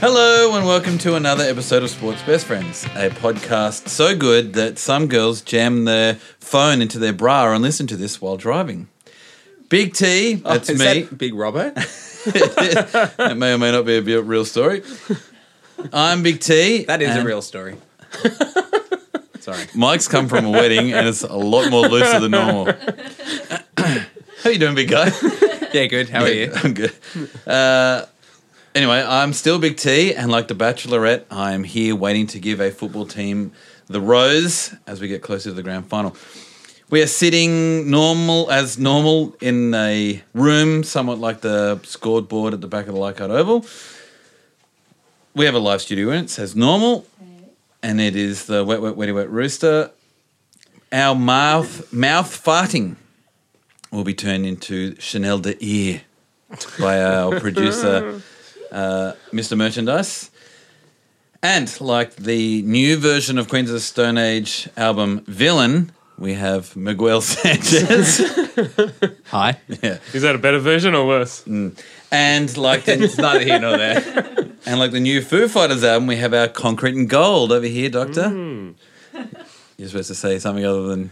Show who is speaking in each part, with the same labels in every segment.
Speaker 1: Hello and welcome to another episode of Sports Best Friends, a podcast so good that some girls jam their phone into their bra and listen to this while driving. Big T, that's
Speaker 2: Oh, Is
Speaker 1: me.
Speaker 2: that Big Robbo.
Speaker 1: That may or may not be a bit- real story. I'm Big T.
Speaker 2: That is a
Speaker 1: and
Speaker 2: real story. Sorry.
Speaker 1: Mike's come from a wedding and it's a lot more looser than normal. How you doing, big guy?
Speaker 2: Yeah, good. How are you?
Speaker 1: I'm good. Uh, anyway, I'm still Big T, and like the Bachelorette, I'm here waiting to give a football team the rose as we get closer to the grand final. We are sitting normal as normal in a room, somewhat like the scoreboard at the back of the Leichhardt Oval. We have a live studio in it, as normal, and it is the wet, wet, wetty, wet rooster. Our mouth, mouth farting will be turned into Chanel de Ear by our producer, uh, Mr. Merchandise. And like the new version of Queens of the Stone Age album, Villain, we have Miguel Sanchez.
Speaker 2: Hi.
Speaker 1: yeah.
Speaker 3: Is that a better version or worse?
Speaker 1: And like the,
Speaker 2: It's neither here nor there.
Speaker 1: and like the new Foo Fighters album, we have our Concrete and Gold over here, Doctor.
Speaker 3: Mm.
Speaker 1: You're supposed to say something other than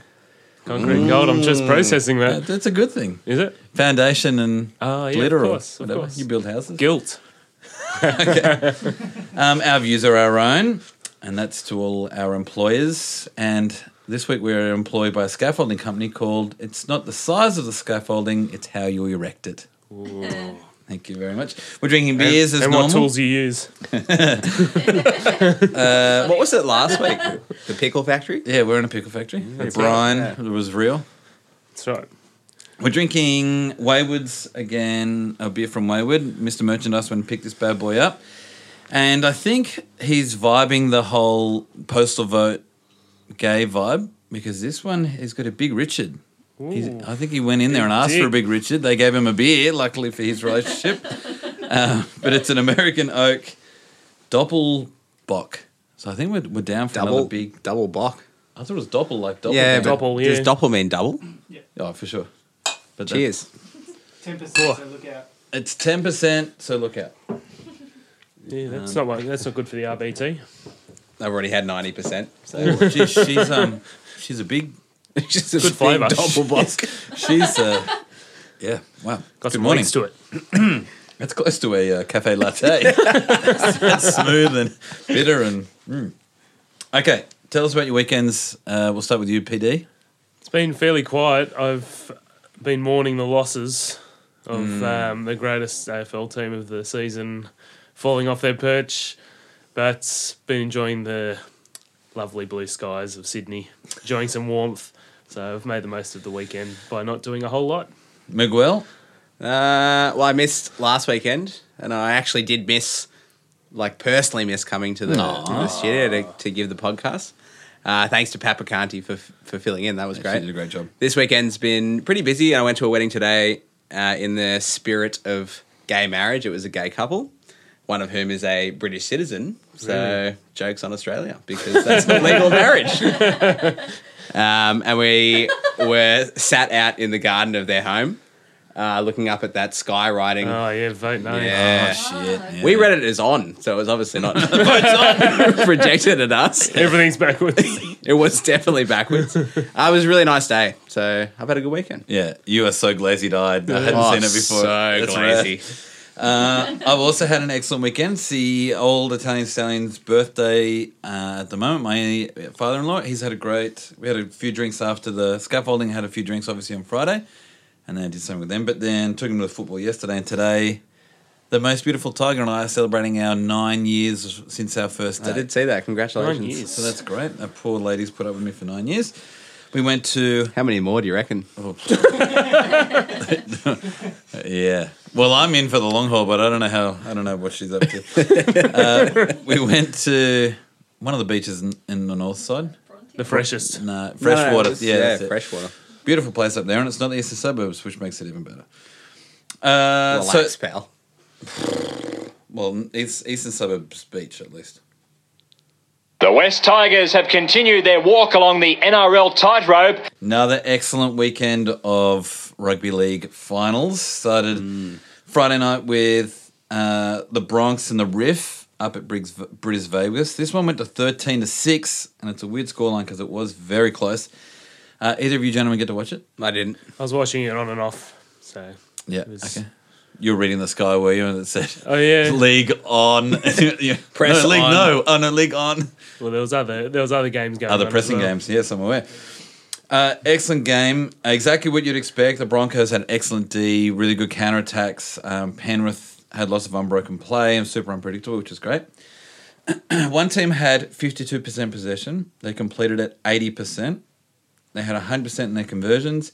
Speaker 3: Concrete and gold. I'm just processing
Speaker 1: that,
Speaker 3: that.
Speaker 1: Mm. that's a good thing.
Speaker 3: Is it?
Speaker 1: Foundation and
Speaker 3: Oh, yeah, of
Speaker 1: glitter
Speaker 3: course,
Speaker 1: or
Speaker 3: of
Speaker 1: whatever.
Speaker 3: course.
Speaker 1: You build houses.
Speaker 3: Guilt.
Speaker 1: Um, our views are our own, and that's to all our employers. And this week we're employed by a scaffolding company called It's Not the Size of the Scaffolding, It's How You Erect It. Thank you very much. We're drinking beers as
Speaker 3: and
Speaker 1: normal.
Speaker 3: what tools you use.
Speaker 2: Uh, What was it last week? The pickle factory?
Speaker 1: Yeah, we're in a pickle factory. The
Speaker 3: Mm. right.
Speaker 1: brine
Speaker 2: Yeah.
Speaker 1: was real.
Speaker 3: That's right.
Speaker 1: We're drinking Wayward's again, a beer from Wayward. Mr. Merchandise went and picked this bad boy up. And I think he's vibing the whole postal vote gay vibe because this one has got a big Richard. He's,
Speaker 3: Ooh.
Speaker 1: I think he went in there and asked for a
Speaker 3: dick.
Speaker 1: big Richard. They gave him a beer, luckily for his relationship. Uh, but it's an American oak doppelbock. So I think we're, we're down for
Speaker 2: Double
Speaker 1: another big.
Speaker 2: double block.
Speaker 1: I thought it was doppel, like doppel.
Speaker 2: Yeah, but
Speaker 3: Doppel,
Speaker 2: does
Speaker 3: yeah.
Speaker 2: doppel mean double?
Speaker 1: Oh, for sure. But that-
Speaker 2: Cheers.
Speaker 4: Ten percent. So look out.
Speaker 1: It's 10%, so look out.
Speaker 3: Yeah, that's not one, that's not good for the RBT.
Speaker 2: I've already had ninety percent. So
Speaker 1: Oh, she, she's um, she's a big,
Speaker 2: just a
Speaker 3: Good
Speaker 2: big
Speaker 3: flavour.
Speaker 2: double block.
Speaker 1: she's uh, yeah, wow.
Speaker 3: Got
Speaker 1: Good
Speaker 3: some
Speaker 1: morning.
Speaker 3: links to it.
Speaker 1: That's close to a uh, cafe latte. That's smooth and bitter and. mm. Okay, tell us about your weekends. Uh, we'll start with you, PD.
Speaker 3: It's been fairly quiet. I've been mourning the losses of
Speaker 1: Hmm.
Speaker 3: um, the greatest AFL team of the season falling off their perch, but been enjoying the lovely blue skies of Sydney, enjoying some warmth. So I've made the most of the weekend by not doing a whole lot.
Speaker 1: Miguel,
Speaker 2: Uh, well, I missed last weekend, and I actually did miss, like personally miss coming to the, to the studio to, to give the podcast. Uh, thanks to Papacanti for for filling in. That was
Speaker 1: She
Speaker 2: great.
Speaker 1: did a great job.
Speaker 2: This weekend's been pretty busy. I went to a wedding today uh, in the spirit of gay marriage. It was a gay couple, one of whom is a British citizen. So jokes on Australia because that's not legal marriage. um, and we were sat out in the garden of their home, uh, looking up at that sky writing.
Speaker 1: Hmm.
Speaker 3: Oh yeah, vote no.
Speaker 2: yeah.
Speaker 1: Shit,
Speaker 3: Ah,
Speaker 1: yeah.
Speaker 2: We read it as on, so it was obviously not projected at us.
Speaker 3: Everything's backwards.
Speaker 2: It was definitely backwards. Uh, it was a really nice day, so I've had a good weekend.
Speaker 1: Yeah, you are so glazy-eyed. I hadn't
Speaker 2: Oh,
Speaker 1: seen it before.
Speaker 2: So
Speaker 1: That's
Speaker 2: glazy.
Speaker 1: rare. Uh, I've also had an excellent weekend. It's the old Italian stallion's birthday uh, at the moment. My father-in-law, he's had a great. We had a few drinks after the scaffolding. Had a few drinks obviously on Friday, and then I did something with them. But then took him to the football yesterday and today. The most beautiful tiger and I are celebrating our nine years since our first date.
Speaker 2: I did see that. Congratulations.
Speaker 3: Nine years.
Speaker 1: so that's great. That poor lady's put up with me for nine years. We went to
Speaker 2: How many more do you reckon?
Speaker 1: Yeah. Well, I'm in for the long haul, but I don't know how. I don't know what she's up to. uh, we went to one of the beaches in, in the north side.
Speaker 3: the freshest.
Speaker 1: No, freshwater.
Speaker 2: No, just-
Speaker 1: yeah, that's it. Uh,
Speaker 2: freshwater.
Speaker 1: Beautiful place up there, and it's not the eastern suburbs, which makes it even better. Uh, so,
Speaker 2: Relax, pal.
Speaker 1: well, east, eastern suburbs beach at least.
Speaker 5: The West Tigers have continued their walk along the NRL tightrope.
Speaker 1: Another excellent weekend of rugby league finals. Started Friday night with uh, the Bronx and the Riff up at Briggs, British Vegas. This one went to 13 to 6, and it's a weird scoreline because it was very close. Uh, either of you gentlemen get to watch it?
Speaker 2: I didn't.
Speaker 3: I was watching it on and off. So
Speaker 1: Yeah.
Speaker 3: was-
Speaker 1: Okay. You were reading the sky, were you? And it said,
Speaker 3: Oh, yeah.
Speaker 1: League on. Yeah.
Speaker 2: Press
Speaker 1: no, league
Speaker 2: on.
Speaker 1: no. Oh, no, league on.
Speaker 3: well, there was other there was other games going.
Speaker 1: Other
Speaker 3: on as
Speaker 1: pressing
Speaker 3: well.
Speaker 1: games. Yes, I'm aware. Uh, excellent game. Exactly what you'd expect. The Broncos had excellent D, really good counterattacks. Um, Penrith had lots of unbroken play and super unpredictable, which is great. One team had 52% possession. They completed at 80%. They had 100% in their conversions.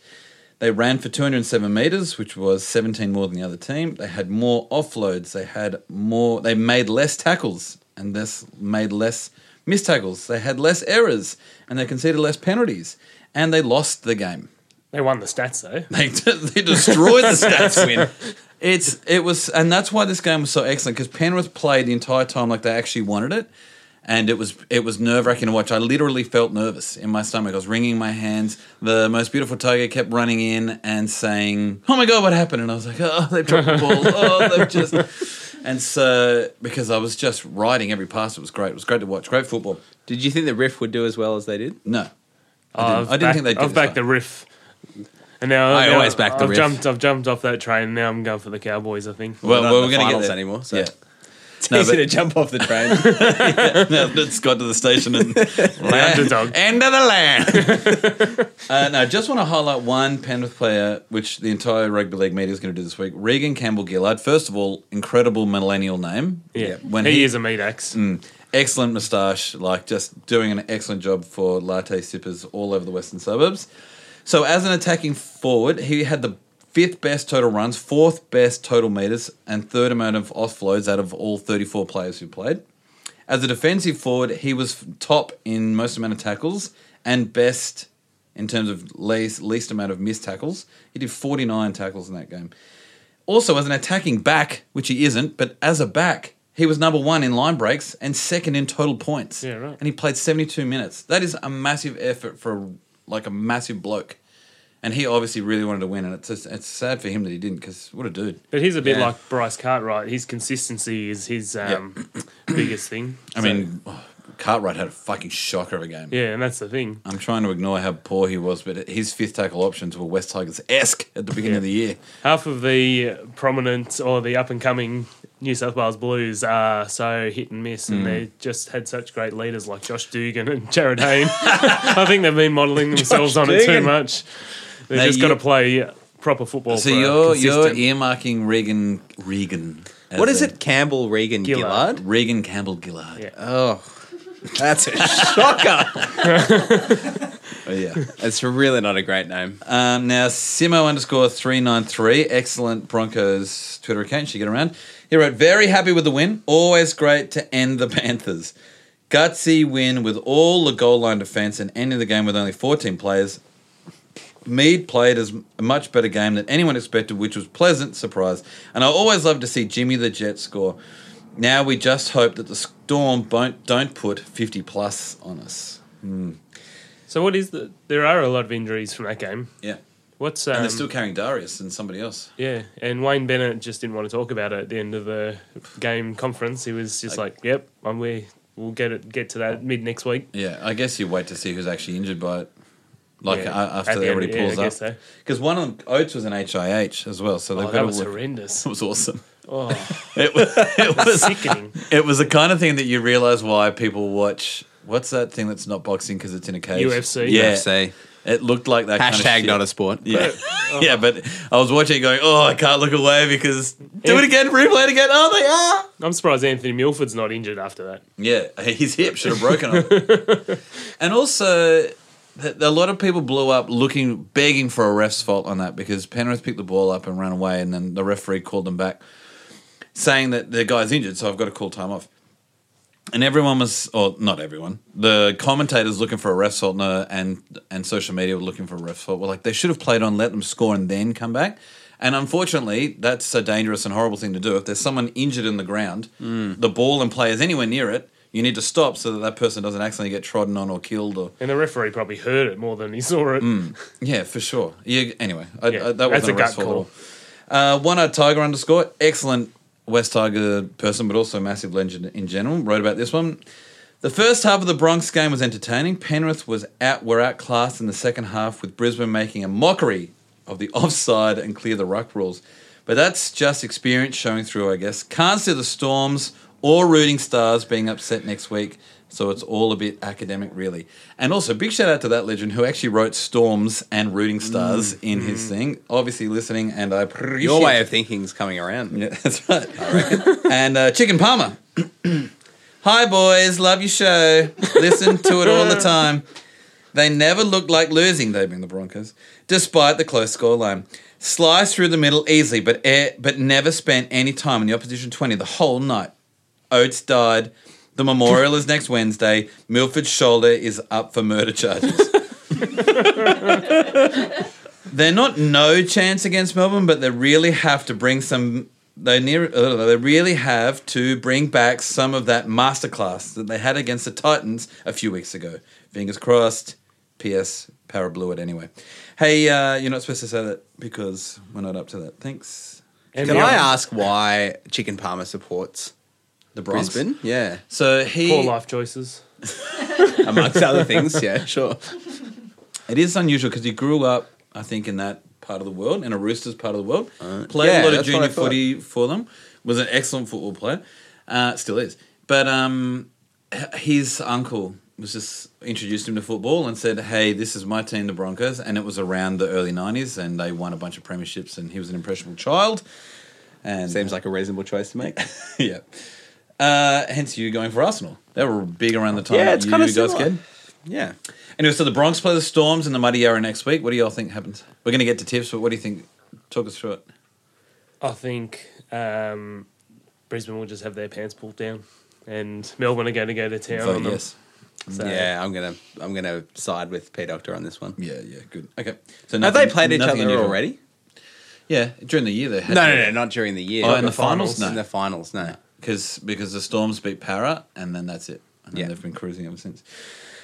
Speaker 1: They ran for 207 meters, which was 17 more than the other team. They had more offloads. They had more. They made less tackles and thus made less missed tackles. They had less errors and they conceded less penalties. And they lost the game.
Speaker 3: They won the stats though.
Speaker 1: They, they destroyed the stats win. It's it was, and that's why this game was so excellent because Penrith played the entire time like they actually wanted it, and it was it was nerve wracking to watch. I literally felt nervous in my stomach. I was wringing my hands. The most beautiful tiger kept running in and saying, "Oh my god, what happened?" And I was like, "Oh, they've dropped the ball. Oh, they've just." And so, because I was just riding every pass, it was great. It was great to watch. Great football.
Speaker 2: Did you think the riff would do as well as they did?
Speaker 1: No,
Speaker 3: Oh,
Speaker 1: I didn't,
Speaker 3: I've
Speaker 1: I didn't
Speaker 3: backed-
Speaker 1: think they did.
Speaker 3: I've backed the riff. And now
Speaker 2: I
Speaker 3: now
Speaker 2: always back the
Speaker 3: I've
Speaker 2: riff.
Speaker 3: jumped. I've jumped off that train. Now I'm going for the Cowboys. I think.
Speaker 1: well,
Speaker 2: not
Speaker 1: well,
Speaker 2: in
Speaker 1: we're
Speaker 2: the
Speaker 1: going to
Speaker 2: finals
Speaker 1: get there.
Speaker 2: anymore, so-
Speaker 1: Yeah.
Speaker 2: It's
Speaker 1: No,
Speaker 2: easy
Speaker 1: but-
Speaker 2: to jump off the train.
Speaker 1: now it's got to the station and
Speaker 3: underdog.
Speaker 1: End of the land. uh, no, I just want to highlight one Penrith player, which the entire rugby league media is going to do this week. Regan Campbell Gillard. First of all, incredible millennial name.
Speaker 3: yeah.
Speaker 1: When
Speaker 3: he,
Speaker 1: he- Mm.
Speaker 3: is a meat axe.
Speaker 1: Excellent moustache, like just doing an excellent job for latte sippers all over the western suburbs. So, as an attacking forward, he had the fifth best total runs, fourth best total meters, and third amount of offloads out of all 34 players who played. As a defensive forward, he was top in most amount of tackles and best in terms of least, least amount of missed tackles. He did 49 tackles in that game. Also, as an attacking back, which he isn't, but as a back, he was number one in line breaks and second in total points.
Speaker 3: Yeah, right.
Speaker 1: And he played 72 minutes. That is a massive effort for like a massive bloke. And he obviously really wanted to win, and it's just, it's sad for him that he didn't because what a dude.
Speaker 3: But he's a bit
Speaker 2: Yeah.
Speaker 3: like Bryce Cartwright. His consistency is his um, biggest thing.
Speaker 1: I mean, Cartwright had a fucking shocker of a game.
Speaker 3: yeah, and that's the thing.
Speaker 1: I'm trying to ignore how poor he was, but his fifth tackle options were West Tigers esque at the beginning of the year.
Speaker 3: Half of the prominent or the up and coming New South Wales Blues are so hit and miss,
Speaker 1: Hmm.
Speaker 3: and they just had such great leaders like Josh Dugan and Jared Hayne. I think they've been modelling themselves on it too
Speaker 2: Dugan.
Speaker 3: much. They've
Speaker 1: Now
Speaker 3: just
Speaker 1: you-
Speaker 3: got to play proper football.
Speaker 1: So
Speaker 3: for a
Speaker 1: you're you're
Speaker 3: consistent-
Speaker 1: earmarking Regan Regan. as
Speaker 2: what is
Speaker 1: a-
Speaker 2: it? Campbell Regan
Speaker 3: Gillard.
Speaker 2: Gillard?
Speaker 1: Regan Campbell Gillard.
Speaker 3: Yeah.
Speaker 2: Oh, that's a shocker.
Speaker 1: Oh, yeah.
Speaker 2: It's really not a great name.
Speaker 1: Um, now, Simo underscore 393, excellent Broncos Twitter account. She get around. He wrote, Very happy with the win. Always great to end the Panthers. Gutsy win with all the goal line defense and ending the game with only 14 players. Mead played as a much better game than anyone expected, which was pleasant surprise. And I always love to see Jimmy the Jet score. Now we just hope that the Storm don't, don't put 50 plus on us.
Speaker 3: So what is the? There are a lot of injuries from that game.
Speaker 1: Yeah.
Speaker 3: What's um,
Speaker 1: And they're still carrying Darius and somebody else.
Speaker 3: yeah? And Wayne Bennett just didn't want to talk about it at the end of the game conference. He was just like, "Yep, I'm we we'll get it get to that mid next week."
Speaker 1: Yeah, I guess you wait to see who's actually injured by it. Like
Speaker 3: Yeah,
Speaker 1: a-
Speaker 3: at
Speaker 1: after
Speaker 3: the end,
Speaker 1: everybody
Speaker 3: yeah, I
Speaker 1: pulls
Speaker 3: guess so.
Speaker 1: up, because one of them, Oates was an HIH as well, so they've
Speaker 3: Oh,
Speaker 1: got
Speaker 3: that
Speaker 1: to
Speaker 3: was
Speaker 1: look.
Speaker 3: horrendous.
Speaker 1: It was awesome.
Speaker 3: Oh,
Speaker 1: It was, it was
Speaker 3: sickening.
Speaker 1: it was the kind of thing that you realize why people watch. What's that thing that's not boxing because it's in a cage?
Speaker 3: UFC.
Speaker 1: Yeah,
Speaker 2: UFC.
Speaker 1: it looked like that.
Speaker 2: Hashtag
Speaker 1: kind of
Speaker 2: not a
Speaker 1: shit.
Speaker 2: sport.
Speaker 1: Yeah,
Speaker 3: Oh.
Speaker 1: yeah, but I was watching it going, oh, I can't look away because do it again, replay it again. Oh, they are.
Speaker 3: I'm surprised Anthony Milford's not injured after that.
Speaker 1: Yeah, his hip should have broken off. and also, th- a lot of people blew up looking, begging for a ref's fault on that because Penrith picked the ball up and ran away, and then the referee called them back, saying that the guy's injured, so I've got to call time off. And everyone was, or not everyone, the commentators looking for a ref's fault, no, and and social media were looking for a ref's fault. Were like, they should have played on, let them score, and then come back. And unfortunately, that's a dangerous and horrible thing to do. If there's someone injured in the ground,
Speaker 3: Mm.
Speaker 1: the ball and players anywhere near it, you need to stop so that that person doesn't accidentally get trodden on or killed. Or
Speaker 3: And the referee probably heard it more than he saw it.
Speaker 1: Hmm. yeah, for sure. Yeah, anyway, I,
Speaker 3: Yeah,
Speaker 1: I, that
Speaker 3: that's
Speaker 1: was
Speaker 3: a
Speaker 1: a gut
Speaker 3: gut call.
Speaker 1: call. Uh, one eyed tiger underscore excellent West Tiger person, but also a massive legend in general, wrote about this one. The first half of the Bronx game was entertaining. Penrith was out were outclassed in the second half, with Brisbane making a mockery of the offside and clear the ruck rules. But that's just experience showing through, I guess. Can't see the storms or rooting stars being upset next week, so it's all a bit academic, really. And also, big shout out to that legend who actually wrote storms and rooting stars in his thing. Obviously, listening, and I appreciate
Speaker 2: Your way of thinking's coming around.
Speaker 1: yeah, that's right. and uh, Chicken Palmer. Hi, boys. Love your show. Listen to it all the time. They never looked like losing, they being the Broncos, despite the close scoreline. Slice through the middle easily, but air, but never spent any time in the opposition 20 the whole night. Oates died. The memorial is next Wednesday. Milford's shoulder is up for murder charges. they're not no chance against Melbourne, but they really have to bring some. They near, uh, they really have to bring back some of that masterclass that they had against the Titans a few weeks ago. Fingers crossed. P.S. Power blew it anyway. Hey, uh, you're not supposed to say that because we're not up to that. Thanks.
Speaker 3: And
Speaker 2: Can
Speaker 3: the
Speaker 2: I
Speaker 3: other-
Speaker 2: ask why Chicken Palmer supports
Speaker 1: The Bronx.
Speaker 2: Brisbane? Yeah.
Speaker 1: So he.
Speaker 3: Poor life choices.
Speaker 2: Amongst other things, yeah, sure.
Speaker 1: It is unusual because he grew up, I think, in that part of the world, in a Roosters part of the world. Played
Speaker 2: Uh,
Speaker 1: a
Speaker 2: yeah,
Speaker 1: lot of
Speaker 2: that's what I
Speaker 1: junior
Speaker 2: thought.
Speaker 1: footy for them. Was an excellent football player. Uh, still is. But um, h- his uncle was just introduced him to football and said, "Hey, this is my team, the Broncos." And it was around the early '90s, and they won a bunch of premierships. And he was an impressionable child. And
Speaker 2: Seems like a reasonable choice to make.
Speaker 1: yeah. Uh, hence you going for Arsenal. They were big around the time.
Speaker 2: Yeah,
Speaker 1: that
Speaker 2: it's
Speaker 1: you
Speaker 2: kinda
Speaker 1: guys
Speaker 2: similar.
Speaker 1: get.
Speaker 2: Yeah.
Speaker 1: Anyway, so the Bronx play the Storms and the Muddy Yarra next week. What do y'all think happens? We're going to get to tips, but what do you think? Talk us through it.
Speaker 3: I think um, Brisbane will just have their pants pulled down, and Melbourne are going to go to town
Speaker 1: Vote
Speaker 3: on them.
Speaker 1: yes.
Speaker 3: So,
Speaker 2: Yeah, I'm gonna I'm gonna side with P Doctor on this one.
Speaker 1: Yeah, yeah, good. Okay. So
Speaker 2: Have they played each
Speaker 1: nothing
Speaker 2: other
Speaker 1: unusual.
Speaker 2: already?
Speaker 1: Yeah, during the year they had.
Speaker 2: No, no, no, not during the year.
Speaker 1: Oh, in the finals? No.
Speaker 2: In the finals, no.
Speaker 1: Because because the Storms beat Para, and then that's it. And then
Speaker 2: Yeah.
Speaker 1: they've been cruising ever since.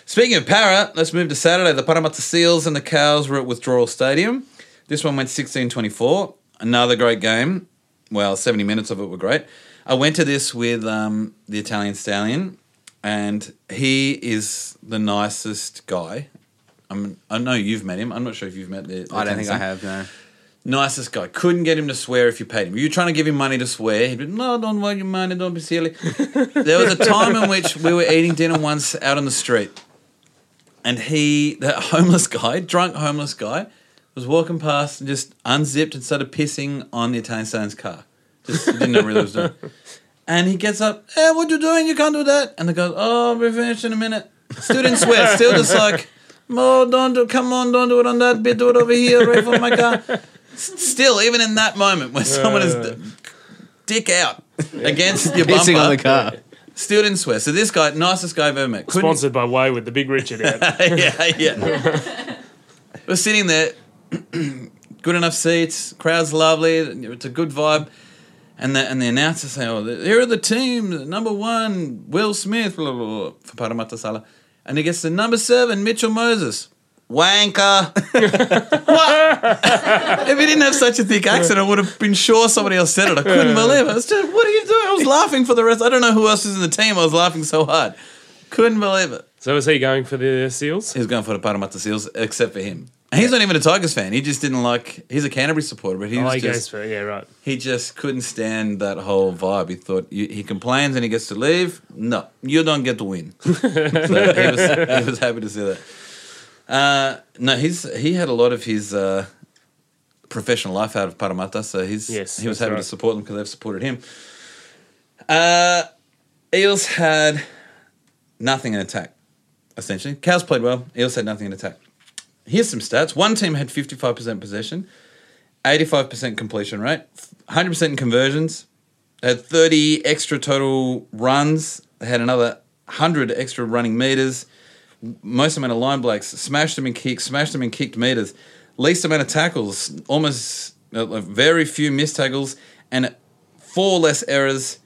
Speaker 1: Speaking of Para, let's move to Saturday. The Parramatta Seals and the Cows were at Withdrawal Stadium. This one went 16-24. Another great game. Well, 70 minutes of it were great. I went to this with um, the Italian Stallion, and he is the nicest guy. I'm, I know you've met him. I'm not sure if you've met the. the
Speaker 2: I
Speaker 1: Italian
Speaker 2: don't think I
Speaker 1: Stallion.
Speaker 2: have, no.
Speaker 1: Nicest guy. Couldn't get him to swear if you paid him. You were trying to give him money to swear. He'd be, no, don't want your money, don't be silly. there was a time in which we were eating dinner once out on the street. And he, that homeless guy, drunk homeless guy, was walking past and just unzipped and started pissing on the Italian Stan's car. Just didn't know really what he was doing. And he gets up, hey, what you doing? You can't do that. And the guy, oh, we're finished in a minute. Still didn't swear. Still just like, oh, don't do, come on, don't do it on that bit. Do it over here, right from my car. S- Still, even in that moment where someone is d- dick out against your bumper,
Speaker 2: Pissing on the car.
Speaker 1: still didn't swear. So this guy, nicest guy I've ever met. Couldn't-
Speaker 3: Sponsored by Way with the Big Richard ad.
Speaker 1: yeah, yeah. We're sitting there, good enough seats, crowd's lovely, it's a good vibe. And the, and the announcer saying, oh, here are the teams, number one, Will Smith, blah, blah, blah, for Parramatta Sala. And he gets the number seven, Mitchell Moses. Wanker. what? if he didn't have such a thick accent, I would have been sure somebody else said it. I couldn't believe it. I was just, what are you doing? I was laughing for the rest. I don't know who else is in the team. I was laughing so hard. Couldn't believe it.
Speaker 3: so is he going for the Seals?
Speaker 1: He's going for the Parramatta Seals, except for him. And he's not even a Tigers fan. He just didn't like. He's a Canterbury supporter, but he
Speaker 3: Oh,
Speaker 1: was
Speaker 3: he goes
Speaker 1: just
Speaker 3: for yeah, right.
Speaker 1: he just couldn't stand that whole vibe. He thought you, he complains and he gets to leave. No, you don't get to win. so he was, he was happy to see that. Uh, no, he's he had a lot of his uh, professional life out of Parramatta, so he's
Speaker 3: Yes,
Speaker 1: he was
Speaker 3: that's
Speaker 1: happy to
Speaker 3: right.
Speaker 1: support them because they've supported him. Uh, Eels had nothing in attack, essentially. Cows played well. Eels had nothing in attack. Here's some stats. One team had 55% possession, 85% completion rate, 100% in conversions. They had 30 extra total runs. They had another 100 extra running meters. Most amount of line blokes. Smashed them in kicks, smashed them in kicked meters. Least amount of tackles. Almost uh, like, very few missed tackles and four less errors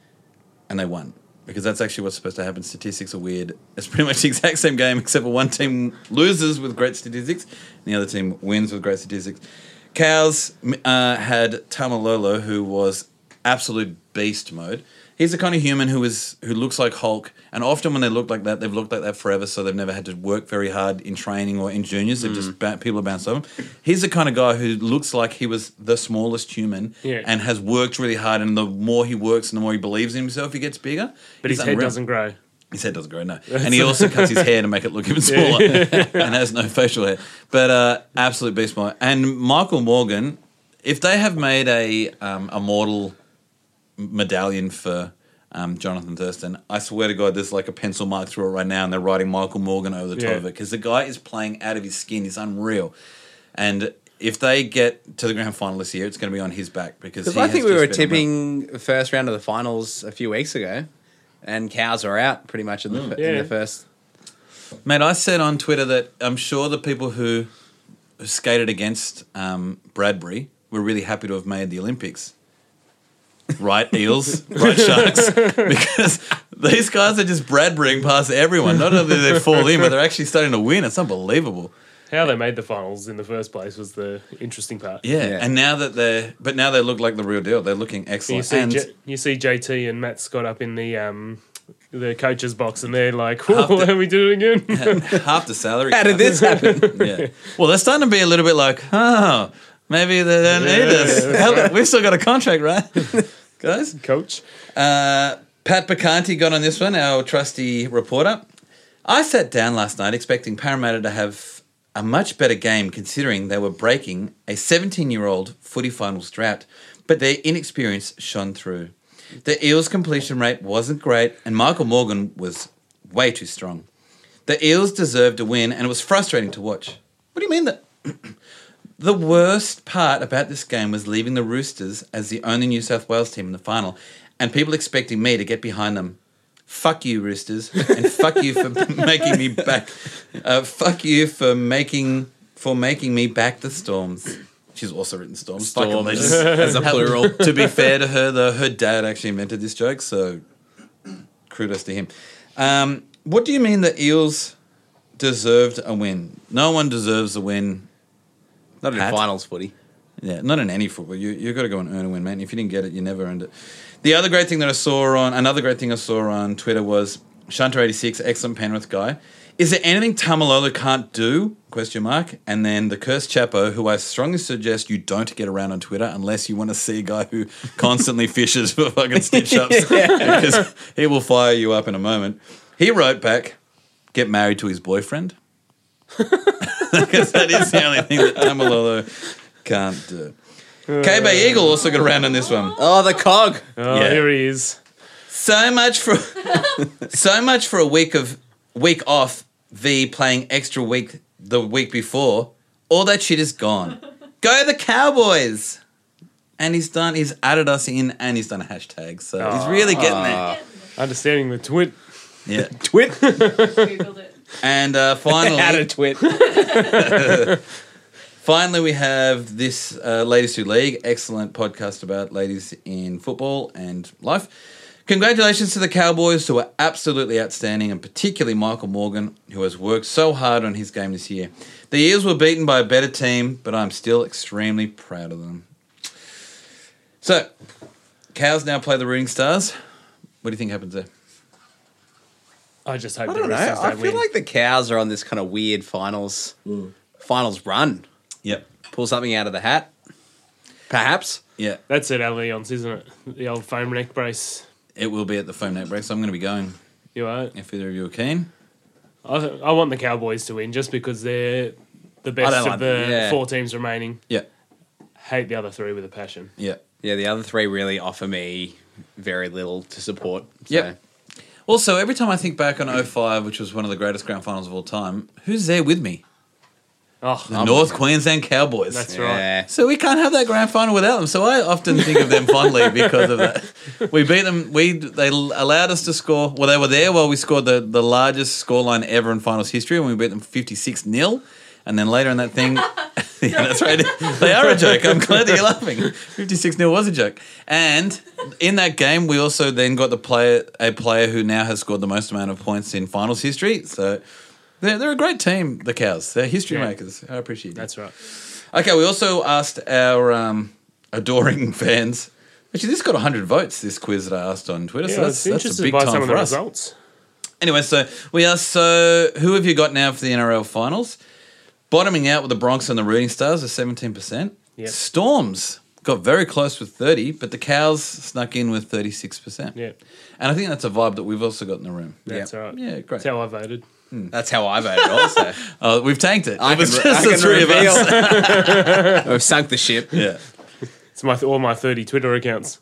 Speaker 1: and they won because that's actually what's supposed to happen. Statistics are weird. It's pretty much the exact same game except for one team loses with great statistics and the other team wins with great statistics. Cows m- uh, had Tamalolo, who was absolute beast mode. He's the kind of human who is who looks like Hulk, and often when they look like that, they've looked like that forever, so they've never had to work very hard in training or in juniors. They've just ba- people have bounced over him. He's the kind of guy who looks like he was the smallest human,
Speaker 3: Yeah.
Speaker 1: and has worked really hard. And the more he works, and the more he believes in himself, he gets bigger.
Speaker 3: But
Speaker 1: He's
Speaker 3: his head
Speaker 1: unreal.
Speaker 3: doesn't grow.
Speaker 1: His head doesn't grow, no. And he also cuts his hair to make it look even smaller and has no facial hair. But uh, absolute beast mode. And Michael Morgan, if they have made a um, a mortal medallion for um, Jonathan Thurston, I swear to God, there's like a pencil mark through it right now and they're writing Michael Morgan over the top
Speaker 3: Yeah.
Speaker 1: of it because the guy is playing out of his skin. He's unreal. And if they get to the grand final this year, it's going to be on his back because
Speaker 2: Because
Speaker 1: he
Speaker 2: I
Speaker 1: has
Speaker 2: think we
Speaker 1: just
Speaker 2: were
Speaker 1: been unreal.
Speaker 2: tipping the first round of the finals a few weeks ago, and cows are out pretty much in the, fir- in
Speaker 3: Yeah.
Speaker 2: the first.
Speaker 1: Mate, I said on Twitter that I'm sure the people who, who skated against um, Bradbury were really happy to have made the Olympics. Right eels, right sharks, because these guys are just Bradburying past everyone. Not only do they fall in, but they're actually starting to win. It's unbelievable.
Speaker 3: How they made the finals in the first place was the interesting part.
Speaker 1: Yeah,
Speaker 2: Yeah.
Speaker 1: and now that they're, but now they look like the real deal. They're looking
Speaker 3: You
Speaker 1: excellent.
Speaker 3: see,
Speaker 1: And
Speaker 3: J- you see JT and Matt Scott up in the um, the coaches box, and they're like,
Speaker 1: Half the-
Speaker 3: "Whoa, we did it again."
Speaker 1: half the salary.
Speaker 2: How
Speaker 1: cap.
Speaker 2: did this happen?
Speaker 1: yeah. Well, they're starting to be a little bit like, oh, maybe they don't need us. Hell, We've still got a contract, right, guys?
Speaker 3: Coach,
Speaker 1: Uh, Pat Picanti got on this one, our trusty reporter. I sat down last night expecting Parramatta to have a much better game considering they were breaking a 17 year old footy finals drought, but their inexperience shone through. The Eels' completion rate wasn't great, and Michael Morgan was way too strong. The Eels deserved a win, and it was frustrating to watch. What do you mean that? The worst part about this game was leaving the Roosters as the only New South Wales team in the final, and people expecting me to get behind them. Fuck you, Roosters, and fuck you for making me back. Uh, fuck you for making for making me back the Storms. She's also written Storms. Fucking
Speaker 2: Storms
Speaker 1: legends.
Speaker 2: as a plural.
Speaker 1: to be fair to her, though, her dad actually invented this joke, so kudos to him. Um, what do you mean the Eels deserved a win? No one deserves a win.
Speaker 2: Not in
Speaker 1: Pat?
Speaker 2: finals footy.
Speaker 1: Yeah, not in any football. You you got to go and earn a win, man. If you didn't get it, you never earned it. The other great thing that I saw on another great thing I saw on Twitter was Shunter eighty six, excellent Penrith guy. Is there anything Tamalolo can't do? Question mark. And then the cursed Chapo, who I strongly suggest you don't get around on Twitter unless you want to see a guy who constantly fishes for fucking stitch ups because he will fire you up in a moment. He wrote back, "Get married to his boyfriend." because that is the only thing that Tamalolo can't do. KB Eagle also got around on this one.
Speaker 2: Oh, the cog.
Speaker 3: oh,
Speaker 1: Yeah.
Speaker 3: here he is.
Speaker 1: So much for so much for a week of week off v playing extra week the week before. All that shit is gone. Go the Cowboys. And he's done. He's added us in, and he's done a hashtag. So he's really getting there.
Speaker 3: Understanding the twit.
Speaker 1: Yeah.
Speaker 2: Twit.
Speaker 6: Googled it.
Speaker 1: And uh, finally,
Speaker 2: Out of twit.
Speaker 1: Finally, we have this uh, Ladies Who League, excellent podcast about ladies in football and life. Congratulations to the Cowboys, who are absolutely outstanding, and particularly Michael Morgan, who has worked so hard on his game this year. The Eels were beaten by a better team, but I'm still extremely proud of them. So, Cows now play the Rooting Stars. What do you think happens there?
Speaker 3: I just hope
Speaker 2: I
Speaker 3: the
Speaker 2: don't know.
Speaker 3: Roosters
Speaker 2: I
Speaker 3: don't
Speaker 2: feel
Speaker 3: win.
Speaker 2: like the cows are on this kind of weird finals finals run.
Speaker 1: Yep.
Speaker 2: Pull something out of the hat, perhaps.
Speaker 1: Yeah,
Speaker 3: That's it, Allianz, isn't it? The old foam neck brace.
Speaker 1: it will be at the phone net break, so I'm going to be going
Speaker 3: You are.
Speaker 1: if either of you are keen.
Speaker 3: I, I want the Cowboys to win just because they're the best
Speaker 1: don't
Speaker 3: of
Speaker 1: like
Speaker 3: the
Speaker 2: them, yeah.
Speaker 3: four teams remaining.
Speaker 1: Yeah,
Speaker 3: Hate the other three with a passion.
Speaker 1: yeah.
Speaker 2: Yeah, the other three really offer me very little to support. So.
Speaker 1: Yep. Also, every time I think back on 05, which was one of the greatest grand finals of all time, who's there with me?
Speaker 3: Oh,
Speaker 1: The North Queensland Cowboys.
Speaker 3: That's
Speaker 2: Yeah.
Speaker 1: So we can't have that grand final without them. So I often think of them fondly because of that. We beat them. We they allowed us to score. Well, they were there while we scored the, the largest scoreline ever in finals history, and we beat them fifty six 0 And then later in that thing, yeah, that's right. They are a joke. I'm glad that you're laughing. Fifty six 0 was a joke. And in that game, we also then got the player a player who now has scored the most amount of points in finals history. So. They're, they're a great team, the cows. They're history
Speaker 3: Yeah.
Speaker 1: makers. I appreciate that.
Speaker 3: that's right.
Speaker 1: Okay, we also asked our um, adoring fans Actually, this got 100 votes, this quiz that I asked on Twitter.
Speaker 3: Yeah,
Speaker 1: so
Speaker 3: I
Speaker 1: that's,
Speaker 3: was
Speaker 1: that's a
Speaker 3: interested
Speaker 1: big
Speaker 3: by some
Speaker 1: time
Speaker 3: of
Speaker 1: for
Speaker 3: the
Speaker 1: us.
Speaker 3: results.
Speaker 1: Anyway, so we are so who have you got now for the NRL finals? Bottoming out with the Bronx and the Rooting Stars with seventeen percent.
Speaker 3: Yep.
Speaker 1: Storms got very close with thirty, but the Cows snuck in with thirty six percent.
Speaker 3: Yeah,
Speaker 1: and I think that's a vibe that we've also got in the room.
Speaker 3: that's
Speaker 2: Yeah.
Speaker 3: all right.
Speaker 1: Yeah, great.
Speaker 3: That's how I voted.
Speaker 2: That's how I voted. Also,
Speaker 1: Oh, we've tanked it.
Speaker 2: I
Speaker 1: it was
Speaker 2: can-
Speaker 1: just
Speaker 2: I
Speaker 1: the
Speaker 2: can
Speaker 1: three of us.
Speaker 2: we've sunk the ship.
Speaker 1: Yeah.
Speaker 3: It's my all my thirty Twitter accounts.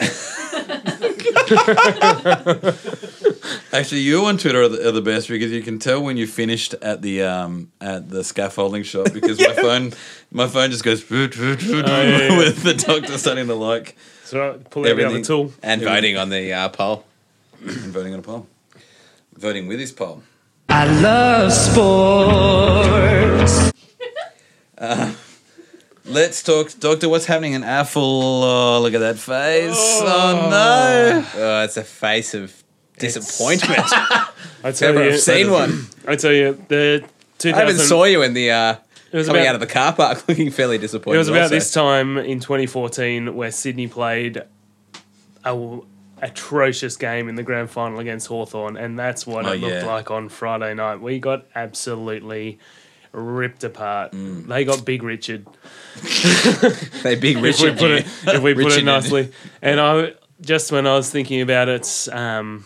Speaker 1: Actually, you on Twitter are the, are the best because you can tell when you finished at the um, at the scaffolding shop because my phone my phone just goes
Speaker 3: Oh, yeah.
Speaker 1: with the doctor starting to like
Speaker 3: So I pull out the other
Speaker 1: Everything.
Speaker 3: tool.
Speaker 2: and voting on the uh, poll.
Speaker 1: and voting on a poll, voting with his poll.
Speaker 6: I love sports.
Speaker 1: Uh, Let's talk, Doctor. What's happening in Apple? Oh, look at that face. Oh, no.
Speaker 2: Oh,
Speaker 3: Uh,
Speaker 2: it's a face of disappointment.
Speaker 3: I tell
Speaker 2: Never
Speaker 3: you,
Speaker 2: have seen one.
Speaker 3: I tell you, the two
Speaker 2: I even
Speaker 3: thousand.
Speaker 2: saw you in the uh,
Speaker 3: It was
Speaker 2: coming out
Speaker 3: about-
Speaker 2: of the car park looking fairly
Speaker 3: It
Speaker 2: disappointed.
Speaker 3: was about
Speaker 2: also.
Speaker 3: this time in 2014 where Sydney played a w- atrocious game in the grand final against Hawthorn, and that's what
Speaker 1: Oh,
Speaker 3: it looked
Speaker 1: yeah.
Speaker 3: like on Friday night. We got absolutely ripped apart. They got Big Richard.
Speaker 2: They big
Speaker 3: if we
Speaker 2: Richard.
Speaker 3: put it if we put
Speaker 2: Richard
Speaker 3: it
Speaker 2: did.
Speaker 3: nicely. And I just when I was thinking about it um,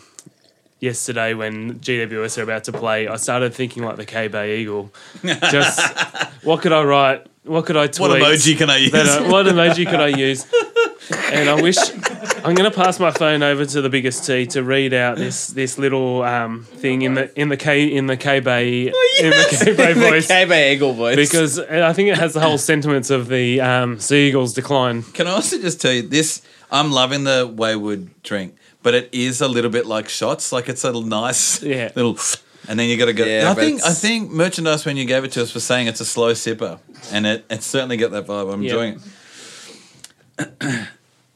Speaker 3: yesterday when GWS are about to play, I started thinking like the K Bay Eagle. Just what could I write? What could I tweet?
Speaker 1: What emoji can I use?
Speaker 3: that, uh, what emoji could I use? And I wish I'm going to pass my phone over to the biggest T to read out this this little um, thing in the in the K in the K Bay Oh, in the K Bay
Speaker 2: the
Speaker 3: voice
Speaker 2: K-Bay Eagle voice.
Speaker 3: because I think it has the whole sentiments of the um, Seagulls decline.
Speaker 1: Can I also just tell you this? I'm loving the wayward drink, but it is a little bit like shots. Like it's a nice
Speaker 3: Yeah.
Speaker 1: little, and then you got to go.
Speaker 2: Yeah,
Speaker 1: I
Speaker 2: but
Speaker 1: think I
Speaker 2: it's-
Speaker 1: think merchandise when you gave it to us was saying it's a slow sipper, and it it certainly got that vibe. I'm
Speaker 3: Yeah.
Speaker 1: enjoying it.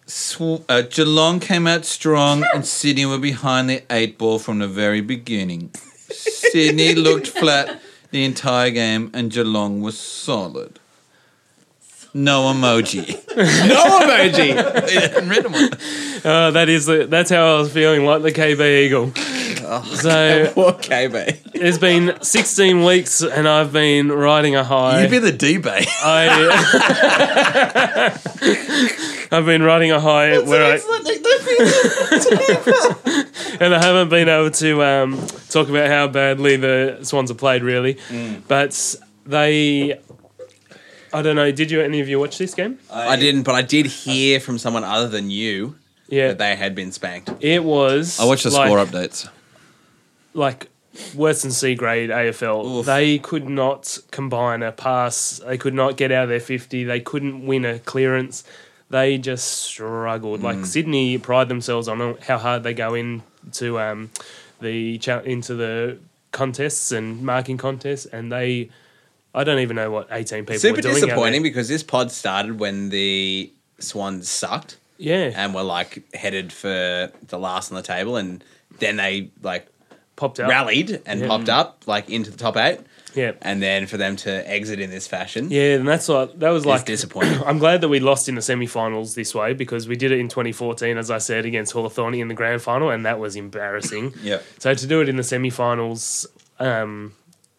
Speaker 1: Sw- uh, Geelong came out strong, and Sydney were behind the eight ball from the very beginning. Sydney looked flat the entire game, and Geelong was solid. No emoji.
Speaker 2: no emoji.
Speaker 1: They hadn't written one.
Speaker 3: Uh, that is the, that's how I was feeling like the KB Eagle. So
Speaker 2: Poor K-Bay.
Speaker 3: it's been 16 weeks and I've been riding a high.
Speaker 1: You'd be the D bay.
Speaker 3: I, I've been riding a high where I and I haven't been able to um, talk about how badly the Swans have played really,
Speaker 1: Mm.
Speaker 3: but they. I don't know. Did you any of you watch this game?
Speaker 1: Uh,
Speaker 2: I didn't, but I did hear from someone other than you
Speaker 3: Yeah,
Speaker 2: that they had been spanked.
Speaker 3: it was.
Speaker 1: I watched the
Speaker 3: like-
Speaker 1: score updates.
Speaker 3: like worse than C grade AFL.
Speaker 1: Oof.
Speaker 3: They could not combine a pass. They could not get out of their fifty. They couldn't win a clearance. They just struggled.
Speaker 2: Mm.
Speaker 3: Like Sydney pride themselves on how hard they go in to um, the cha- into the contests and marking contests, and they. I don't even know what eighteen people.
Speaker 2: Super
Speaker 3: were doing out
Speaker 2: disappointing
Speaker 3: there.
Speaker 2: because this pod started when the Swans sucked
Speaker 3: Yeah,
Speaker 2: and were like headed for the last on the table, and then they like
Speaker 3: popped out.
Speaker 2: rallied and
Speaker 3: Yeah.
Speaker 2: popped up like into the top eight,
Speaker 3: Yeah,
Speaker 2: and then for them to exit in this fashion,
Speaker 3: yeah, and that's like that was
Speaker 2: is
Speaker 3: like
Speaker 2: disappointing.
Speaker 3: I'm glad that we lost in the semi-finals this way because we did it in 2014, as I said, against Hawthorn in the grand final, and that was embarrassing.
Speaker 1: Yeah.
Speaker 3: So to do it in the semi-finals um,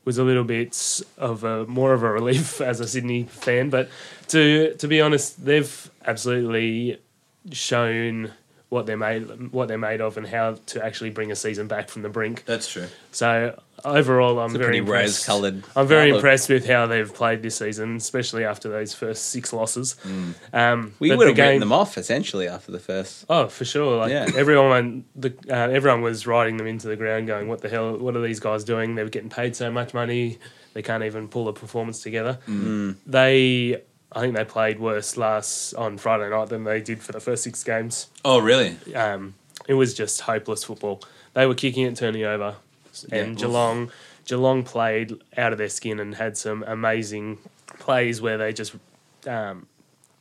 Speaker 3: was a little bit of a more of a relief as a Sydney fan, but to to be honest, they've absolutely shown what they're made what they're made of and how to actually bring a season back from the brink.
Speaker 1: That's true.
Speaker 3: So overall, I'm
Speaker 2: It's a
Speaker 3: very
Speaker 2: pretty
Speaker 3: impressed.
Speaker 2: rose-coloured.
Speaker 3: I'm very
Speaker 2: outlook.
Speaker 3: impressed with how they've played this season, especially after those first six losses. Um,
Speaker 2: Mm. We
Speaker 3: but
Speaker 2: would
Speaker 3: the
Speaker 2: have written them off essentially after the first.
Speaker 3: Oh, for sure. Like
Speaker 2: Yeah.
Speaker 3: everyone, the uh, everyone was riding them into the ground, going, "What the hell? What are these guys doing? They're getting paid so much money, they can't even pull a performance together."
Speaker 2: Mm.
Speaker 3: They, I think they played worse last on Friday night than they did for the first six games.
Speaker 1: Oh, really?
Speaker 3: um, it was just hopeless football. They were kicking it, turning over, and Geelong, Geelong played out of their skin and had some amazing plays where they just, um,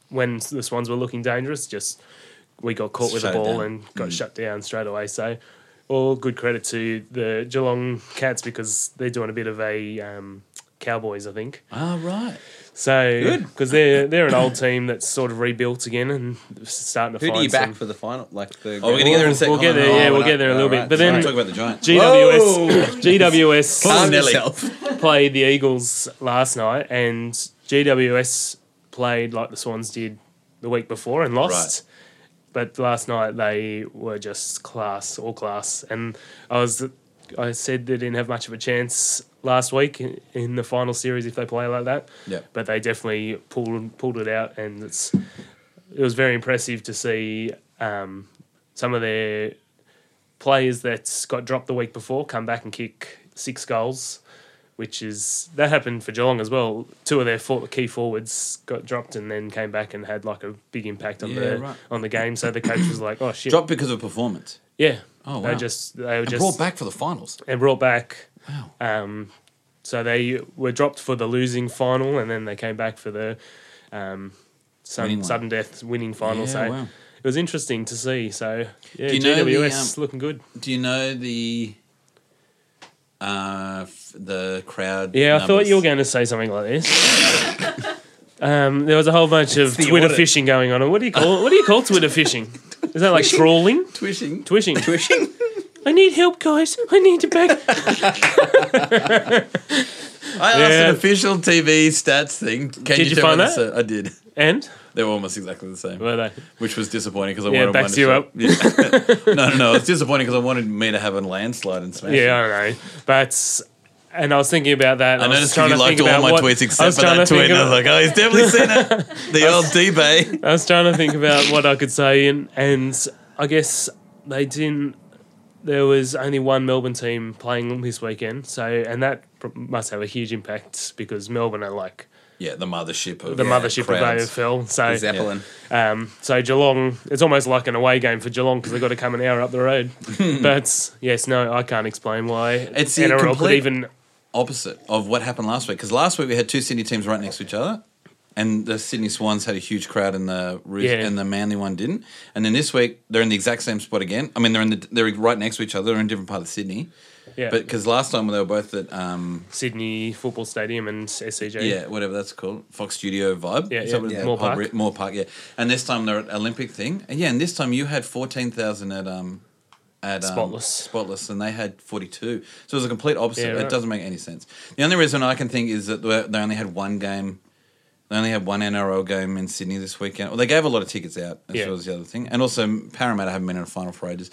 Speaker 3: when the Swans were looking dangerous, just we got caught with a
Speaker 1: Shut it
Speaker 3: ball
Speaker 1: down.
Speaker 3: and
Speaker 2: Mm.
Speaker 3: got shut down straight away. So, all good credit to the Geelong Cats because they're doing a bit of a um, Cowboys, I think.
Speaker 1: Ah, right.
Speaker 3: So
Speaker 2: Good.
Speaker 3: because they're they're an old team that's sort of rebuilt again and starting to
Speaker 2: Who
Speaker 3: find
Speaker 2: do you back
Speaker 3: some-
Speaker 2: for the final? Like the
Speaker 1: Oh, we're gonna get there in a second.
Speaker 3: We'll get
Speaker 1: Oh,
Speaker 3: there. yeah,
Speaker 2: we're
Speaker 3: we'll
Speaker 2: not-
Speaker 3: get there a little
Speaker 2: alright,
Speaker 3: bit. But
Speaker 1: Sorry,
Speaker 3: then
Speaker 1: talk about the Giants.
Speaker 2: Whoa!
Speaker 3: GWS GWS
Speaker 1: Calm
Speaker 2: Calm
Speaker 1: Nelly.
Speaker 2: yourself.
Speaker 3: played the Eagles last night, and GWS played like the Swans did the week before and lost. But last night they were just class, all class, and I was. I said they didn't have much of a chance last week in, in the final series if they play like that.
Speaker 1: Yeah.
Speaker 3: But they definitely pulled pulled it out, and it's it was very impressive to see um, some of their players that got dropped the week before come back and kick six goals, which is that happened for Geelong as well. Two of their four, key forwards got dropped and then came back and had like a big impact on
Speaker 1: Yeah,
Speaker 3: the
Speaker 1: right.
Speaker 3: on the game. So the coach was like, "Oh shit,
Speaker 1: Dropped because of performance.
Speaker 3: yeah."
Speaker 1: Oh, wow.
Speaker 3: They just they were
Speaker 1: And
Speaker 3: just
Speaker 1: brought back for the finals.
Speaker 3: and brought back.
Speaker 1: Wow.
Speaker 3: Um, so they were dropped for the losing final, and then they came back for the um,
Speaker 1: Winning
Speaker 3: sudden,
Speaker 1: one.
Speaker 3: sudden death winning final.
Speaker 1: Yeah,
Speaker 3: so
Speaker 1: wow.
Speaker 3: it was interesting to see. So yeah,
Speaker 1: Do you know the,
Speaker 3: GWS
Speaker 1: um,
Speaker 3: looking good.
Speaker 1: Do you know the uh f- the crowd?
Speaker 3: Yeah, I thought
Speaker 1: numbers?
Speaker 3: you were going to say something like this. um, there was a whole bunch of
Speaker 2: the
Speaker 3: Twitter
Speaker 2: audit.
Speaker 3: phishing going on. And What do you call what do you call Twitter phishing? Is that like trawling?
Speaker 2: Twishing.
Speaker 3: Twishing.
Speaker 2: Twishing.
Speaker 3: I need help, guys. I need to back.
Speaker 1: I asked
Speaker 3: Yeah.
Speaker 1: an official TV stats thing. Can
Speaker 3: Did
Speaker 1: you,
Speaker 3: you
Speaker 1: tell me
Speaker 3: find
Speaker 1: the
Speaker 3: that?
Speaker 1: ser- I did.
Speaker 3: and
Speaker 1: They were almost exactly the same,
Speaker 3: were they?
Speaker 1: which was disappointing because I
Speaker 3: Yeah,
Speaker 1: wanted mine
Speaker 3: backs
Speaker 1: to
Speaker 3: you
Speaker 1: show-
Speaker 3: up.
Speaker 1: Yeah. no, no, no. It's disappointing because I wanted me to have a landslide and smash.
Speaker 3: Yeah,
Speaker 1: it.
Speaker 3: I don't know. But and I was thinking about that. and
Speaker 1: I
Speaker 3: was
Speaker 1: noticed
Speaker 3: trying
Speaker 1: you
Speaker 3: to
Speaker 1: liked
Speaker 3: think
Speaker 1: all
Speaker 3: about
Speaker 1: my
Speaker 3: what-
Speaker 1: tweets
Speaker 3: I
Speaker 1: except
Speaker 3: was
Speaker 1: for
Speaker 3: trying
Speaker 1: that
Speaker 3: to
Speaker 1: tweet, and
Speaker 3: think
Speaker 1: I
Speaker 3: of-
Speaker 1: was like, "Oh, he's definitely seen it." The old d
Speaker 3: I was trying to think about what I could say, and and I guess they didn't. There was only one Melbourne team playing this weekend, so and that pr- must have a huge impact because Melbourne are like
Speaker 1: Yeah, the mothership of
Speaker 3: the mothership
Speaker 1: crowds.
Speaker 3: of AFL. So
Speaker 2: Zeppelin.
Speaker 3: um, so Geelong, it's almost like an away game for Geelong because they've got to come an hour up the road. but yes, no, I can't explain why
Speaker 1: It's the
Speaker 3: NRL could
Speaker 1: complete-
Speaker 3: even
Speaker 1: opposite of what happened last week. Because last week we had two Sydney teams right next to each other, and the Sydney Swans had a huge crowd, and the Roos-
Speaker 3: Yeah.
Speaker 1: and the Manly one didn't. And then this week they're in the exact same spot again. I mean, they're in the they're right next to each other. They're in different part of Sydney,
Speaker 3: yeah,
Speaker 1: but because last time they were both at um,
Speaker 3: Sydney Football Stadium and SCG.
Speaker 1: yeah, whatever that's called, Fox Studio vibe.
Speaker 3: Yeah,
Speaker 1: Is that
Speaker 3: yeah,
Speaker 1: what it's
Speaker 3: yeah.
Speaker 1: called?
Speaker 3: Moore
Speaker 1: Pub-
Speaker 3: Park.
Speaker 1: Moore Park, yeah. And this time they're at Olympic thing, and yeah, and this time you had fourteen thousand at um. At, um,
Speaker 3: Spotless.
Speaker 1: spotless, and they had forty-two. So it was a complete opposite.
Speaker 3: Yeah, right.
Speaker 1: It doesn't make any sense. The only reason I can think is that they they only had one game. They only had one NRL game in Sydney this weekend. Well, they gave a lot of tickets out. As
Speaker 3: Yeah.
Speaker 1: well as the other thing, and also Parramatta haven't been in a final for ages.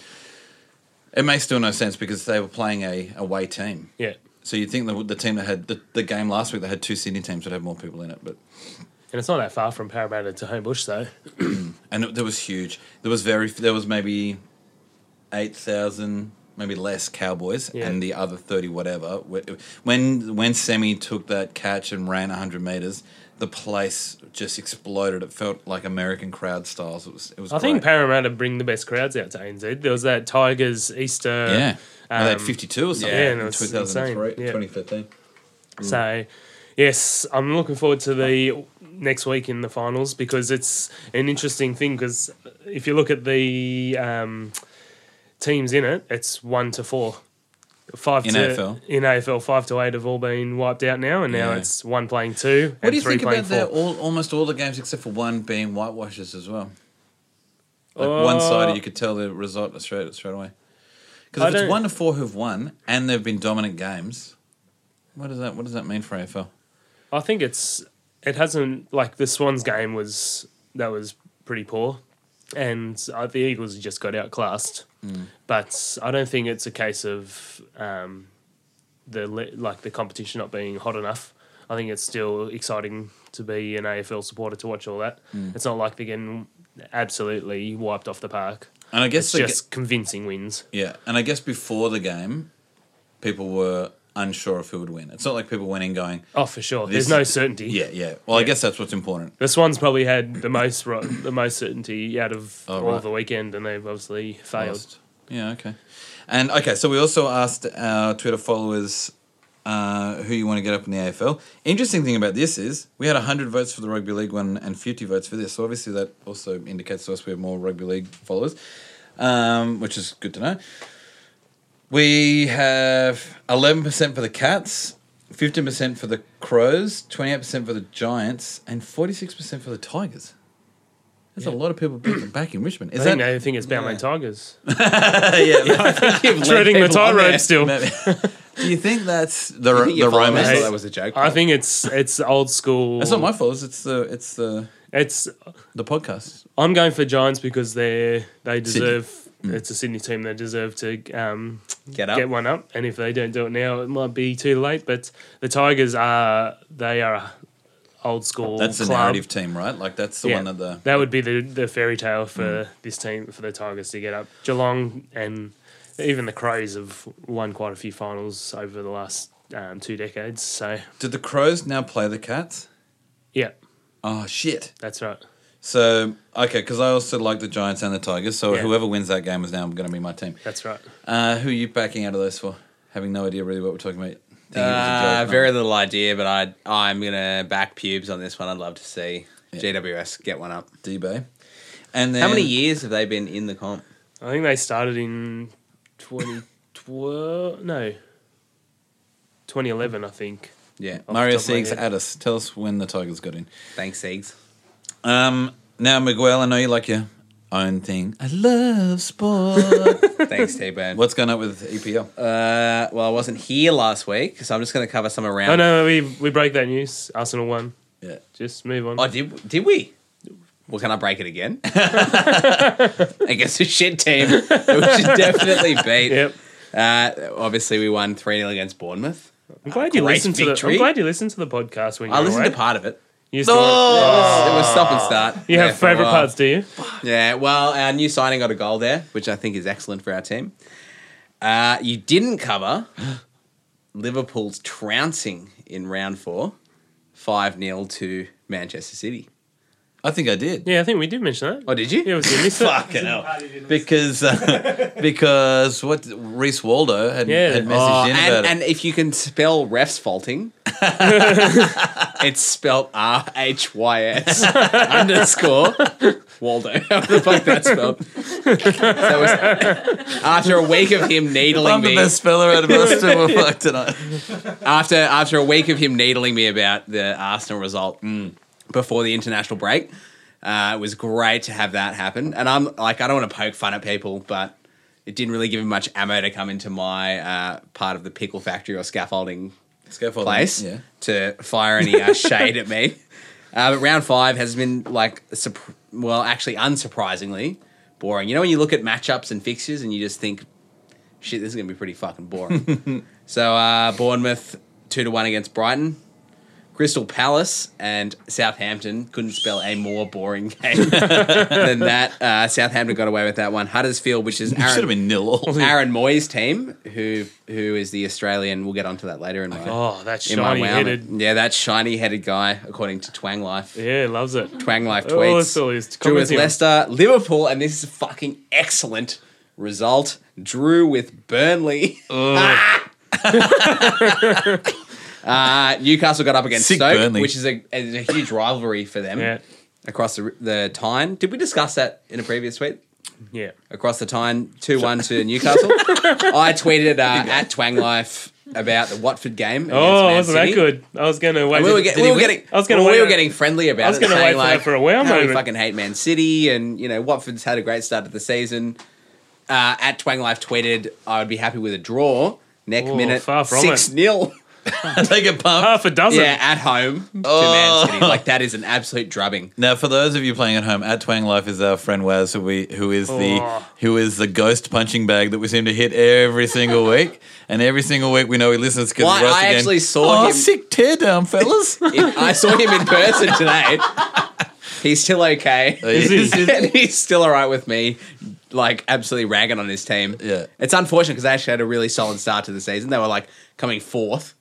Speaker 1: It makes still no sense because they were playing a away team.
Speaker 3: yeah.
Speaker 1: So you'd think the, the team that had the, the game last week that had two Sydney teams would have more people in it, but
Speaker 3: And it's not that far from Parramatta to Homebush, though.
Speaker 1: and it, there was huge. There was very there was maybe eight thousand, maybe less Cowboys,
Speaker 3: Yeah.
Speaker 1: and the other thirty whatever. Wh- When when Semi took that catch and ran hundred meters, the place just exploded. It felt like American crowd styles. It was it was.
Speaker 3: I think
Speaker 1: great.
Speaker 3: Parramatta bring the best crowds out to ANZ. There was that Tigers Easter.
Speaker 1: yeah. Well, they had
Speaker 3: um,
Speaker 1: 52 or something
Speaker 3: yeah,
Speaker 1: in
Speaker 3: no, it's insane,
Speaker 1: 2003,
Speaker 3: yeah.
Speaker 1: 2013.
Speaker 3: So, yes, I'm looking forward to the next week in the finals because it's an interesting thing. Because if you look at the um, teams in it, it's one to four. Five
Speaker 1: In
Speaker 3: to
Speaker 1: AFL?
Speaker 3: in AFL, five to eight have all been wiped out now, and now
Speaker 1: Yeah.
Speaker 3: it's one playing two
Speaker 1: What
Speaker 3: and
Speaker 1: do you
Speaker 3: three
Speaker 1: think
Speaker 3: playing
Speaker 1: about their,
Speaker 3: four.
Speaker 1: all, almost all the games except for one being whitewashes as well? Like one sided,
Speaker 3: Uh,
Speaker 1: you could tell the result straight straight away.
Speaker 3: I
Speaker 1: Because if
Speaker 3: don't-
Speaker 1: it's one to four who've won and they've been dominant games, what does that what does that mean for AFL?
Speaker 3: I think it's it hasn't like the Swans game was that was pretty poor, and uh, the Eagles just got outclassed. But I don't think it's a case of um, the le- like the competition not being hot enough. I think it's still exciting to be an AFL supporter to watch all that. It's not like they're getting absolutely wiped off the park.
Speaker 1: And I guess
Speaker 3: It's
Speaker 1: the
Speaker 3: just convincing wins.
Speaker 1: ga- yeah, and I guess before the game, people were unsure of who would win. It's not like people went in going,
Speaker 3: Oh, for sure.
Speaker 1: This
Speaker 3: There's no
Speaker 1: is-
Speaker 3: certainty.
Speaker 1: yeah, yeah. Well, I guess that's what's important.
Speaker 3: The Swans probably had the most ro- the most certainty out of
Speaker 1: Oh,
Speaker 3: all
Speaker 1: right.
Speaker 3: of the weekend, and they've obviously failed.
Speaker 1: Lost. Yeah, okay. And okay, so we also asked our Twitter followers uh, who you want to get up in the AFL. Interesting thing about this is we had 100 votes for the rugby league one and 50 votes for this. So obviously that also indicates to us we have more rugby league followers, um, which is good to know. We have 11% for the Cats, fifteen percent for the Crows, twenty eight percent for the Giants, and forty six percent for the Tigers. There's a lot of people back- backing Richmond. Is
Speaker 3: I think
Speaker 1: that
Speaker 3: they think it's Balmain Tigers.
Speaker 1: yeah?
Speaker 3: Treading the tightrope still.
Speaker 1: Do you think that's the ro-
Speaker 2: think your
Speaker 1: the
Speaker 2: followers
Speaker 1: romance?
Speaker 2: thought that was a joke.
Speaker 3: I think it's it's old school.
Speaker 1: That's not my fault. It's the it's the
Speaker 3: It's
Speaker 1: the podcast.
Speaker 3: I'm going for Giants because they they deserve.
Speaker 1: Hmm.
Speaker 3: It's a Sydnly team. They deserve to um,
Speaker 2: Get up.
Speaker 3: get one up. And if they don't do it now, it might be too late. But the Tigers are they are a old school.
Speaker 1: That's the
Speaker 3: club.
Speaker 1: narrative team, right? Like that's the
Speaker 3: Yeah.
Speaker 1: one that the
Speaker 3: that would be the the fairy tale for
Speaker 2: Mm.
Speaker 3: this team for the Tigers to get up. Geelong and even the Crows have won quite a few finals over the last um, two decades. So
Speaker 1: Did the Crows now play the Cats?
Speaker 3: yeah,
Speaker 1: Oh shit!
Speaker 3: that's right.
Speaker 1: So okay, because I also like the Giants and the Tigers. So
Speaker 3: Yeah.
Speaker 1: whoever wins that game is now going to be my team.
Speaker 3: That's right.
Speaker 1: Uh, who are you backing out of those for? Having no idea really what we're talking about. Thinking it was a
Speaker 2: Uh,
Speaker 1: joke, no.
Speaker 2: very little idea, but I I'm gonna back pubes on this one. I'd love to see
Speaker 1: Yeah.
Speaker 2: GWS get one up.
Speaker 1: D-Bay. And then
Speaker 2: How many years have they been in the comp?
Speaker 3: I think they started in 2012. no, 2011, I think.
Speaker 2: Yeah,
Speaker 3: Oh.
Speaker 1: Mario
Speaker 3: Off the top of my
Speaker 1: Siegs
Speaker 3: head.
Speaker 1: at us. Tell us when the Tigers got in.
Speaker 2: thanks, Siegs.
Speaker 1: Um, now Miguel, I know you like your own thing. I love sport.
Speaker 2: Thanks, T Burn.
Speaker 1: What's going up with E EPL?
Speaker 2: Uh, well, I wasn't here last week, so I'm just going to cover some around.
Speaker 3: Oh no, we we break that news. Arsenal won.
Speaker 1: yeah.
Speaker 3: Just move on.
Speaker 2: Oh, did did we? Well, can I break it again? Against a shit team, who we should definitely beat.
Speaker 3: yep.
Speaker 2: Uh, obviously, we won 3 0 against Bournemouth.
Speaker 3: I'm glad you
Speaker 2: great
Speaker 3: listened to the.
Speaker 2: victory.
Speaker 3: I'm glad you listened to the podcast when you
Speaker 2: I
Speaker 3: were
Speaker 2: listened
Speaker 3: away.
Speaker 2: to Oh. part of it.
Speaker 3: You,
Speaker 2: Oh,
Speaker 3: still-
Speaker 2: It was stop and start.
Speaker 3: you
Speaker 2: there
Speaker 3: have
Speaker 2: for a
Speaker 3: favorite
Speaker 2: while.
Speaker 3: parts, do you?
Speaker 2: Yeah, well, our new signing got a goal there, which I think is excellent for our team. Uh, you didn't cover Liverpool's trouncing in round four, 5 0 to Manchester City.
Speaker 1: I think I did.
Speaker 3: Yeah, I think we did mention that.
Speaker 2: Oh, did you?
Speaker 3: Yeah, was you missed it?
Speaker 2: Fucking hell.
Speaker 4: Party didn't
Speaker 1: Because uh, because what Reese Waldo had,
Speaker 3: Yeah.
Speaker 1: had messaged
Speaker 2: Oh,
Speaker 1: in about
Speaker 2: and,
Speaker 1: it.
Speaker 2: and if you can spell refs faulting, it's spelled R H Y S underscore Waldo. How the fuck that's spelled? So it was- after a week of him needling
Speaker 1: I'm the
Speaker 2: me,
Speaker 1: best speller out of us two. We're fucked tonight.
Speaker 2: after after a week of him needling me about the Arsenal result mm, before the international break, uh, it was great to have that happen. And I'm like, I don't want to poke fun at people, but it didn't really give him much ammo to come into my uh, part of the pickle factory or scaffolding
Speaker 1: Scaffolding.
Speaker 2: place
Speaker 1: Yeah.
Speaker 2: to fire any uh, shade at me. Uh, but round five has been like, surp- well, actually, unsurprisingly boring. You know, when you look at matchups and fixtures and you just think, shit, this is going to be pretty fucking boring. so, uh, Bournemouth, two to one against Brighton. Crystal Palace and Southampton couldn't spell a more boring game than that. Uh, Southampton got away with that one. Huddersfield, which is
Speaker 1: It should
Speaker 2: Aaron,
Speaker 1: have been nil all.
Speaker 2: Aaron Moy's team, who who is the Australian. We'll get onto that later in my
Speaker 3: Oh, that
Speaker 2: in my
Speaker 3: shiny
Speaker 2: wow.
Speaker 3: headed.
Speaker 2: Yeah, that shiny headed guy, according to Twang Life.
Speaker 3: Yeah, loves it.
Speaker 2: Twang Life
Speaker 3: Oh, it's
Speaker 2: tweets.
Speaker 3: all his
Speaker 2: drew with
Speaker 3: comments here.
Speaker 2: Leicester, Liverpool, and this is a fucking excellent result. Drew with Burnley. Ah! uh, Newcastle got up against
Speaker 1: Sick
Speaker 2: Stoke,
Speaker 1: Burnley.
Speaker 2: which is a, is a huge rivalry for them
Speaker 3: Oh, Yeah,
Speaker 2: across the, the Tyne. Did we discuss that in a previous tweet?
Speaker 3: yeah.
Speaker 2: across the time, 2 1 to Newcastle. I tweeted uh, at Twang Life about the Watford game. against
Speaker 3: Oh,
Speaker 2: Man
Speaker 3: wasn't
Speaker 2: City.
Speaker 3: that good? I was gonna wait.
Speaker 2: And we were, get,
Speaker 3: Did
Speaker 2: we
Speaker 3: he
Speaker 2: were
Speaker 3: win?
Speaker 2: getting,
Speaker 3: I was gonna
Speaker 2: well, we
Speaker 3: wait.
Speaker 2: were getting friendly about
Speaker 3: was
Speaker 2: it,
Speaker 3: gonna
Speaker 2: saying
Speaker 3: wait for that
Speaker 2: like,
Speaker 3: for a wow
Speaker 2: how we
Speaker 3: moment.
Speaker 2: fucking hate Man City, and you know Watford's had a great start to the season. Uh, at Twang Life tweeted, I would be happy with a draw. Neck
Speaker 3: Oh,
Speaker 2: minute
Speaker 3: far from it.
Speaker 2: six 0
Speaker 1: Take a pump.
Speaker 3: half a dozen.
Speaker 2: yeah, at home to Man
Speaker 3: Oh.
Speaker 2: City. Like that is an absolute drubbing.
Speaker 1: Now, for those of you playing at home, at Twang Life is our friend Waz, who we who is the
Speaker 3: Oh.
Speaker 1: who is the ghost punching bag that we seem to hit every single week, and every single week we know he listens because
Speaker 2: Why,
Speaker 1: he writes
Speaker 2: I
Speaker 1: again.
Speaker 2: actually saw
Speaker 1: oh,
Speaker 2: him-
Speaker 1: sick teardown, fellas.
Speaker 2: I saw him in person today. He's still okay.
Speaker 1: Is he- is he-
Speaker 2: and he's still all right with me, like absolutely ragging on his team.
Speaker 1: Yeah.
Speaker 2: it's unfortunate because they actually had a really solid start to the season. They were like coming fourth,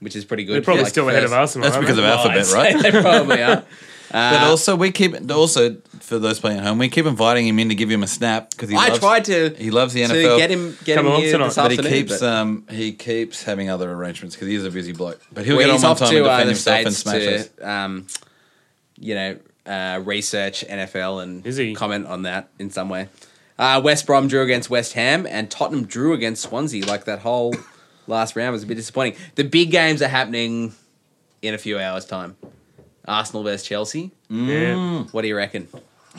Speaker 2: which is pretty good.
Speaker 3: they're probably
Speaker 2: like,
Speaker 3: still ahead of
Speaker 2: first.
Speaker 3: Arsenal.
Speaker 1: That's
Speaker 3: aren't
Speaker 1: because
Speaker 3: they?
Speaker 1: of Alphabet, right?
Speaker 2: they probably are.
Speaker 1: but also, we keep also for those playing at home, we keep inviting him in to give him a snap because he
Speaker 2: I
Speaker 1: loves,
Speaker 2: tried to
Speaker 1: he loves the
Speaker 2: to
Speaker 1: NFL.
Speaker 2: get him get
Speaker 3: Come
Speaker 2: him
Speaker 3: along
Speaker 2: here
Speaker 3: tonight.
Speaker 2: this
Speaker 1: but he
Speaker 2: afternoon,
Speaker 1: keeps
Speaker 2: but-
Speaker 1: um, he keeps having other arrangements because he is a busy bloke. But he'll
Speaker 2: Well,
Speaker 1: get on
Speaker 2: he's
Speaker 1: one
Speaker 2: off
Speaker 1: time
Speaker 2: to
Speaker 1: and
Speaker 2: uh,
Speaker 1: defend
Speaker 2: the
Speaker 1: himself and
Speaker 2: states
Speaker 1: smash us.
Speaker 2: to, um, you know, uh, research NFL and
Speaker 3: Is he?
Speaker 2: comment on that in some way. Uh, West Brom drew against West Ham, and Tottenham drew against Swansea. Like that whole last round was a bit disappointing. The big games are happening in a few hours' time. Arsenal versus Chelsea.
Speaker 1: Mm.
Speaker 3: Yeah.
Speaker 2: What do you reckon?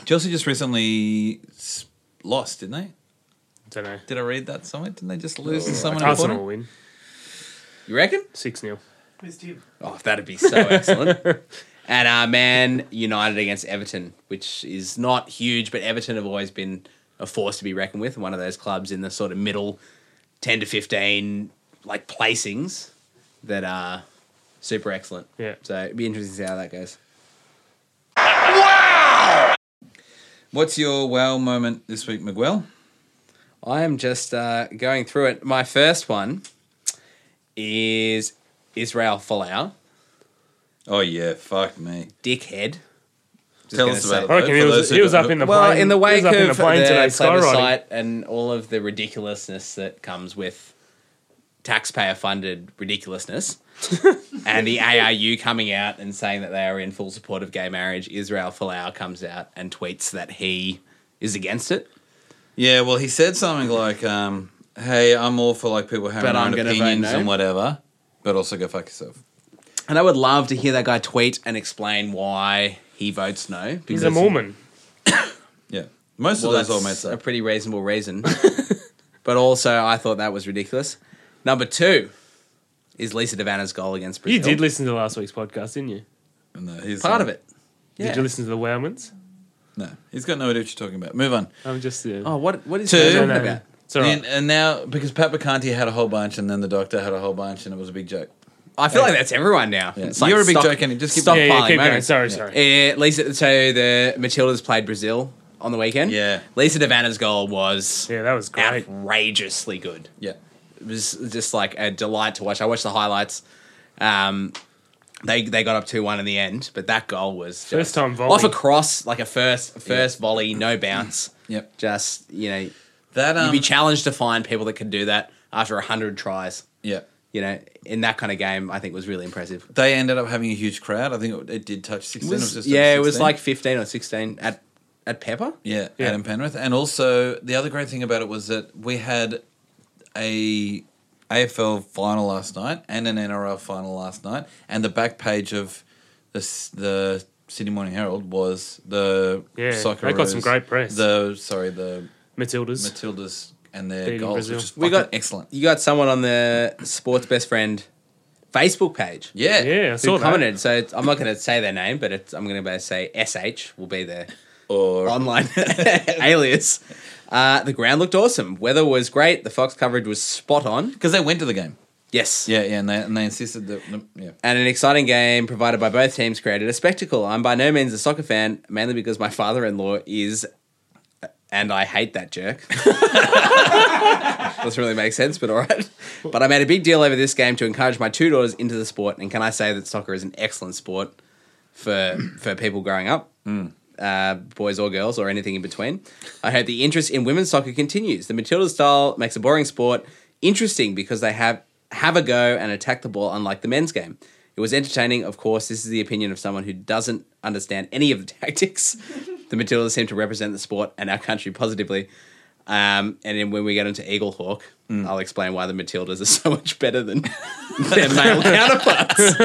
Speaker 1: Chelsea just recently s- lost, didn't they?
Speaker 3: Don't know.
Speaker 1: Did I read that somewhere? Didn't they just
Speaker 2: Oh,
Speaker 1: lose to someone
Speaker 3: Arsenal will
Speaker 1: important?
Speaker 3: win
Speaker 2: You reckon?
Speaker 3: six 0
Speaker 4: Who's Tim?
Speaker 2: Oh, that'd be so excellent. And uh, Man United against Everton, which is not huge, but Everton have always been a force to be reckoned with. One of those clubs in the sort of middle, ten to fifteen, like placings that are super excellent.
Speaker 3: Yeah.
Speaker 2: So it'd be interesting to see how that goes.
Speaker 1: What's your wow moment this week, Miguel?
Speaker 2: I am just uh, going through it. My first one is Israel Folau,
Speaker 1: Oh yeah, fuck me.
Speaker 2: dickhead. Just
Speaker 1: Tell
Speaker 2: gonna
Speaker 1: us about
Speaker 2: say-
Speaker 1: it.
Speaker 3: I reckon
Speaker 1: For
Speaker 3: he
Speaker 1: those
Speaker 3: was,
Speaker 1: who
Speaker 3: he was
Speaker 1: don't
Speaker 3: up in
Speaker 1: know-
Speaker 3: the
Speaker 2: Well,
Speaker 3: plane.
Speaker 2: in the
Speaker 3: he
Speaker 2: wake
Speaker 3: was up in the
Speaker 2: of
Speaker 3: plane
Speaker 2: the
Speaker 3: today, skywriting.
Speaker 2: plebiscite and all of the ridiculousness that comes with taxpayer-funded ridiculousness, and the ARU coming out and saying that they are in full support of gay marriage, Israel Folau comes out and tweets that he is against it.
Speaker 1: Yeah, well, he said something like, um, "Hey, I'm all for like people having
Speaker 2: But
Speaker 1: their
Speaker 2: I'm
Speaker 1: own
Speaker 2: gonna vote
Speaker 1: opinions
Speaker 2: no.
Speaker 1: and whatever, but also go fuck yourself."
Speaker 2: And I would love to hear that guy tweet and explain why he votes no. Because
Speaker 3: He's a Mormon.
Speaker 1: Yeah, most
Speaker 2: Well,
Speaker 1: of those
Speaker 2: that's
Speaker 1: old mates
Speaker 2: a
Speaker 1: are.
Speaker 2: pretty reasonable reason. but also, I thought that was ridiculous. Number two is Lisa Devanna's goal against Brazil.
Speaker 3: You did listen to last week's podcast, didn't you?
Speaker 1: No, he's
Speaker 2: part
Speaker 1: not-
Speaker 2: of it. Yeah.
Speaker 3: Did you listen to the Wowmans?
Speaker 1: No, he's got no idea what you're talking about. Move on.
Speaker 3: I'm just yeah.
Speaker 2: Oh, what what is
Speaker 1: Two.
Speaker 2: he
Speaker 3: I
Speaker 2: talking
Speaker 3: don't know.
Speaker 2: about?
Speaker 3: It's all right.
Speaker 1: and, and now because Pat Bacanti had a whole bunch, and then the doctor had a whole bunch, and it was a big joke.
Speaker 2: I feel like that's everyone now.
Speaker 1: Yeah.
Speaker 2: It's like
Speaker 1: You're a big
Speaker 2: stock-
Speaker 1: joke, Andy. Just keep-
Speaker 2: stockpiling
Speaker 3: yeah, yeah, keep
Speaker 2: money.
Speaker 3: going. Sorry, sorry.
Speaker 2: Yeah, Lisa. So the Matildas played Brazil on the weekend.
Speaker 1: Yeah.
Speaker 2: Lisa Devanna's goal was
Speaker 3: Yeah, that was great.
Speaker 2: outrageously good.
Speaker 1: Yeah,
Speaker 2: it was just like a delight to watch. I watched the highlights. Um, they they got up two one in the end, but that goal was just-
Speaker 3: First time volley.
Speaker 2: off a cross, like a first first volley, no bounce.
Speaker 1: yep.
Speaker 2: Just you know,
Speaker 1: That um,
Speaker 2: you'd be challenged to find people that can do that after hundred tries.
Speaker 1: yeah.
Speaker 2: You know, in that kind of game, I think was really impressive.
Speaker 1: They ended up having a huge crowd. I think it, it did touch sixteen.
Speaker 2: Was-
Speaker 1: just
Speaker 2: yeah,
Speaker 1: over
Speaker 2: it was
Speaker 1: 16.
Speaker 2: like fifteen or sixteen at at Pepper.
Speaker 1: Yeah,
Speaker 3: Yeah.
Speaker 1: Adam Penrith. And also the other great thing about it was that we had a AFL final last night and an NRL final last night, and the back page of the S- the Sydney Morning Herald was the
Speaker 3: Yeah,
Speaker 1: soccer.
Speaker 3: they got some great press.
Speaker 1: The sorry, the
Speaker 3: Matildas.
Speaker 1: Matildas and their
Speaker 3: Beating
Speaker 1: goals,
Speaker 3: Brazil.
Speaker 1: which is
Speaker 2: We
Speaker 1: we
Speaker 2: got-
Speaker 1: got excellent.
Speaker 2: You got someone on the sports best friend Facebook page.
Speaker 1: Yeah,
Speaker 3: yeah, I
Speaker 2: who
Speaker 3: saw that.
Speaker 2: commented. So it's, I'm not going to say their name, but it's, I'm going to say SH will be their
Speaker 1: Or
Speaker 2: online alias. Uh, the ground looked awesome. Weather was great. The Fox coverage was spot on.
Speaker 1: because they went to the game.
Speaker 2: Yes.
Speaker 1: Yeah, yeah, and they and they insisted that yeah.
Speaker 2: And an exciting game provided by both teams created a spectacle. I'm by no means a soccer fan, mainly because my father in law is, and I hate that jerk. Doesn't really make sense, but all right. But I made a big deal over this game to encourage my two daughters into the sport. And can I say that soccer is an excellent sport for for people growing up? uh, boys or girls or anything in between. I hope the interest in women's soccer continues. The Matilda style makes a boring sport interesting because they have have a go and attack the ball, unlike the men's game. It was entertaining, of course. This is the opinion of someone who doesn't understand any of the tactics. the Matildas seem to represent the sport and our country positively. Um, and then when we get into Eagle Hawk, I'll explain why the Matildas are so much better than their male counterparts.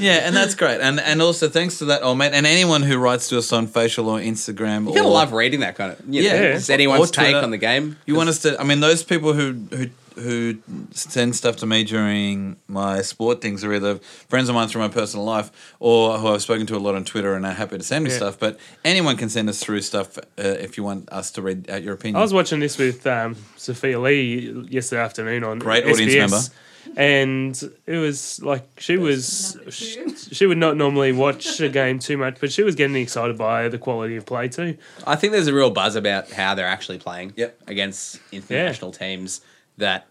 Speaker 1: Yeah, and that's great. And and also thanks to that old mate and anyone who writes to us on facial or Instagram
Speaker 2: You gotta
Speaker 1: or
Speaker 2: love reading that kind of. You know,
Speaker 1: Yeah.
Speaker 2: just anyone's
Speaker 1: Or
Speaker 2: take
Speaker 1: Twitter.
Speaker 2: on the game.
Speaker 1: You want us to? I mean, those people who who who send stuff to me during my sport things are either friends of mine through my personal life or who I've spoken to a lot on Twitter and are happy to send me
Speaker 3: Yeah.
Speaker 1: stuff. But anyone can send us through stuff uh, if you want us to read out your opinion.
Speaker 3: I was watching this with um, Sophia Lee yesterday afternoon on
Speaker 1: Great
Speaker 3: SBS,
Speaker 1: audience
Speaker 3: and it was like she was she, she would not normally watch a game too much, but she was getting excited by the quality of play too.
Speaker 2: I think there's a real buzz about how they're actually playing
Speaker 1: Yep.
Speaker 2: against international teams that,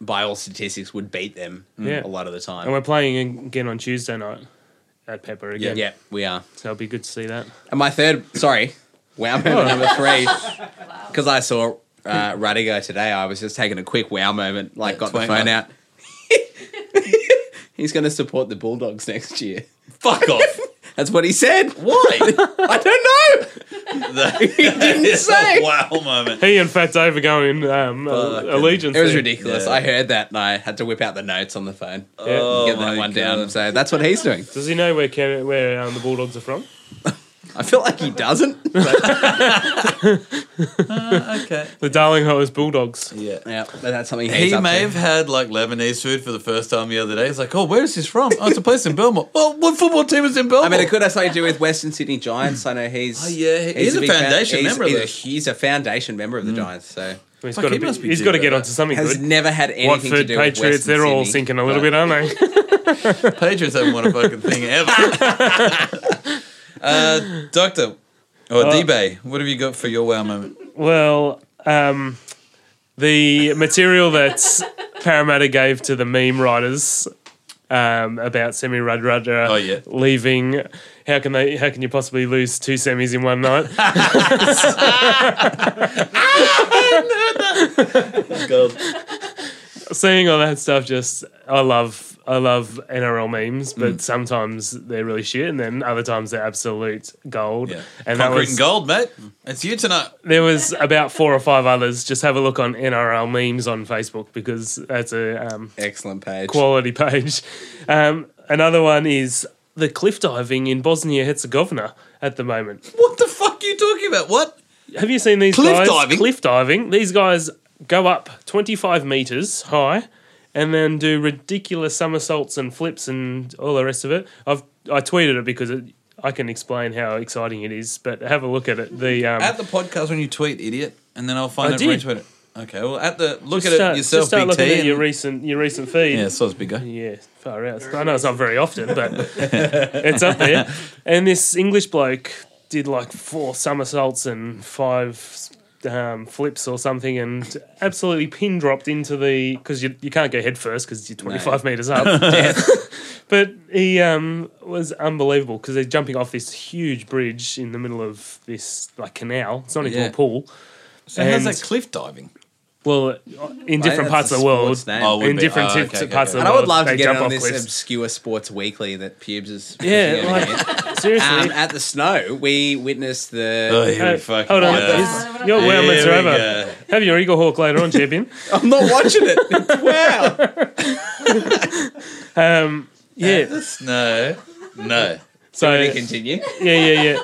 Speaker 2: by all statistics, would beat them
Speaker 3: Mm. Yeah.
Speaker 2: a lot of the time.
Speaker 3: And we're playing again on Tuesday night at Pepper
Speaker 2: yeah.
Speaker 3: again.
Speaker 2: we are.
Speaker 3: So it'll be good to see that.
Speaker 2: And my third, sorry, wow
Speaker 3: Oh.
Speaker 2: moment number three, because I saw uh, Rudiger today. I was just taking a quick wow moment, like got the
Speaker 1: Twain
Speaker 2: phone
Speaker 1: one.
Speaker 2: out. He's going to support the Bulldogs next year.
Speaker 1: Fuck off!
Speaker 2: That's what he said.
Speaker 1: Why?
Speaker 2: I don't know.
Speaker 1: he didn't
Speaker 2: say.
Speaker 1: Wow moment.
Speaker 3: He and Fat Dave are going in um,
Speaker 1: Fucking-
Speaker 3: allegiance.
Speaker 2: It was
Speaker 3: there.
Speaker 2: ridiculous.
Speaker 1: Yeah.
Speaker 2: I heard that and I had to whip out the notes on the phone.
Speaker 3: Yeah.
Speaker 1: Oh
Speaker 2: get that
Speaker 1: my
Speaker 2: one
Speaker 1: God.
Speaker 2: down. So that's what he's doing.
Speaker 3: Does he know where Ken, where um, the Bulldogs are from?
Speaker 2: I feel like he doesn't. But
Speaker 1: Okay.
Speaker 3: The Darling Hollows Bulldogs.
Speaker 1: Yeah.
Speaker 2: yeah, but that's something he's
Speaker 1: He
Speaker 2: up
Speaker 1: may
Speaker 2: to.
Speaker 1: have had like Lebanese food for the first time the other day. He's like, "Oh, where is this from? Oh, it's a place in Belmore. Well, what football team is in Belmore?"
Speaker 2: I mean, it could have something to do with Western Sydney Giants. I know he's.
Speaker 1: Oh, yeah, he- he's a
Speaker 2: big fan-
Speaker 1: foundation
Speaker 2: he's-
Speaker 1: member of
Speaker 2: he's,
Speaker 1: this.
Speaker 2: a, he's a foundation member of the Giants, so
Speaker 3: He's
Speaker 1: Fuck,
Speaker 3: got
Speaker 1: he
Speaker 3: to
Speaker 1: must be
Speaker 3: he's
Speaker 1: deep
Speaker 3: got to
Speaker 1: at
Speaker 3: get
Speaker 1: that.
Speaker 3: onto something
Speaker 2: has
Speaker 3: good.
Speaker 2: never had anything to
Speaker 3: Watford,
Speaker 2: do with
Speaker 3: Patriots,
Speaker 2: Western
Speaker 3: they're all
Speaker 2: Sydney.
Speaker 3: sinking a little
Speaker 2: But
Speaker 3: bit, aren't they?
Speaker 1: Patriots haven't won a fucking thing ever. uh, Doctor or
Speaker 3: Uh,
Speaker 1: D-Bay, what have you got for your wow moment?
Speaker 3: well, um, the material that Parramatta gave to the meme writers um, about Semi Rudrada
Speaker 1: Oh, yeah.
Speaker 3: leaving. How can they? How can you possibly lose two semis in one night? seeing all that stuff just I love I love NRL memes, but
Speaker 1: Mm.
Speaker 3: sometimes they're really shit and then other times they're absolute gold.
Speaker 1: Yeah.
Speaker 3: And that
Speaker 1: Concrete
Speaker 3: was
Speaker 1: and gold, mate. It's you tonight.
Speaker 3: there was about four or five others. Just have a look on NRL memes on Facebook because that's a um,
Speaker 2: Excellent page.
Speaker 3: quality page. Um, another one is the cliff diving in Bosnia Herzegovina at the moment.
Speaker 1: What the fuck are you talking about? What?
Speaker 3: Have you seen these
Speaker 1: Cliff
Speaker 3: guys
Speaker 1: diving?
Speaker 3: cliff diving? These guys go up 25 meters high and then do ridiculous somersaults and flips and all the rest of it. I've I tweeted it because it, I can explain how exciting it is, but have a look at it. The um,
Speaker 1: At the podcast when you tweet, idiot, and then I'll find
Speaker 3: I
Speaker 1: out when
Speaker 3: did.
Speaker 1: you tweet it. Okay, well, at the look at
Speaker 3: just start,
Speaker 1: it yourself,
Speaker 3: just start
Speaker 1: Big
Speaker 3: looking
Speaker 1: T.
Speaker 3: at your
Speaker 1: and-
Speaker 3: recent your recent feed.
Speaker 1: yeah, so it's bigger.
Speaker 3: Yeah, far out. I know it's not very often, but it's up there. And this English bloke did like four somersaults and five um, flips or something, and absolutely pin dropped into the because you you can't go head first because you're 25 meters up. but he um, was unbelievable because they're jumping off this huge bridge in the middle of this like canal. It's not even
Speaker 1: Yeah.
Speaker 3: a pool.
Speaker 1: So how's
Speaker 3: And-
Speaker 1: that cliff diving?
Speaker 3: Well, uh, in different
Speaker 2: that's
Speaker 3: parts
Speaker 2: a
Speaker 3: of the world,
Speaker 2: sports name.
Speaker 1: Oh, it would
Speaker 3: in
Speaker 1: be.
Speaker 3: different
Speaker 1: Oh,
Speaker 3: tip-
Speaker 1: okay, okay,
Speaker 3: parts
Speaker 1: okay.
Speaker 2: and
Speaker 3: of the
Speaker 2: I
Speaker 3: world,
Speaker 2: would love
Speaker 3: they
Speaker 2: to get in
Speaker 3: jump
Speaker 2: on
Speaker 3: off
Speaker 2: this
Speaker 3: cliffs.
Speaker 2: obscure sports weekly that Pubes is. pushing
Speaker 3: Yeah,
Speaker 2: over here.
Speaker 3: like seriously.
Speaker 2: um, at the snow, we witnessed the.
Speaker 1: Oh, here
Speaker 3: Uh,
Speaker 1: we fucking
Speaker 3: hold on,
Speaker 1: go.
Speaker 3: is- your wow
Speaker 1: Here
Speaker 3: moments
Speaker 1: we
Speaker 3: are over.
Speaker 1: go.
Speaker 3: Have your eagle hawk later on, champion.
Speaker 2: I'm not watching it. wow.
Speaker 3: Um, Yeah.
Speaker 1: No, no.
Speaker 3: So
Speaker 2: Can we
Speaker 3: yeah,
Speaker 2: continue?
Speaker 3: yeah, yeah.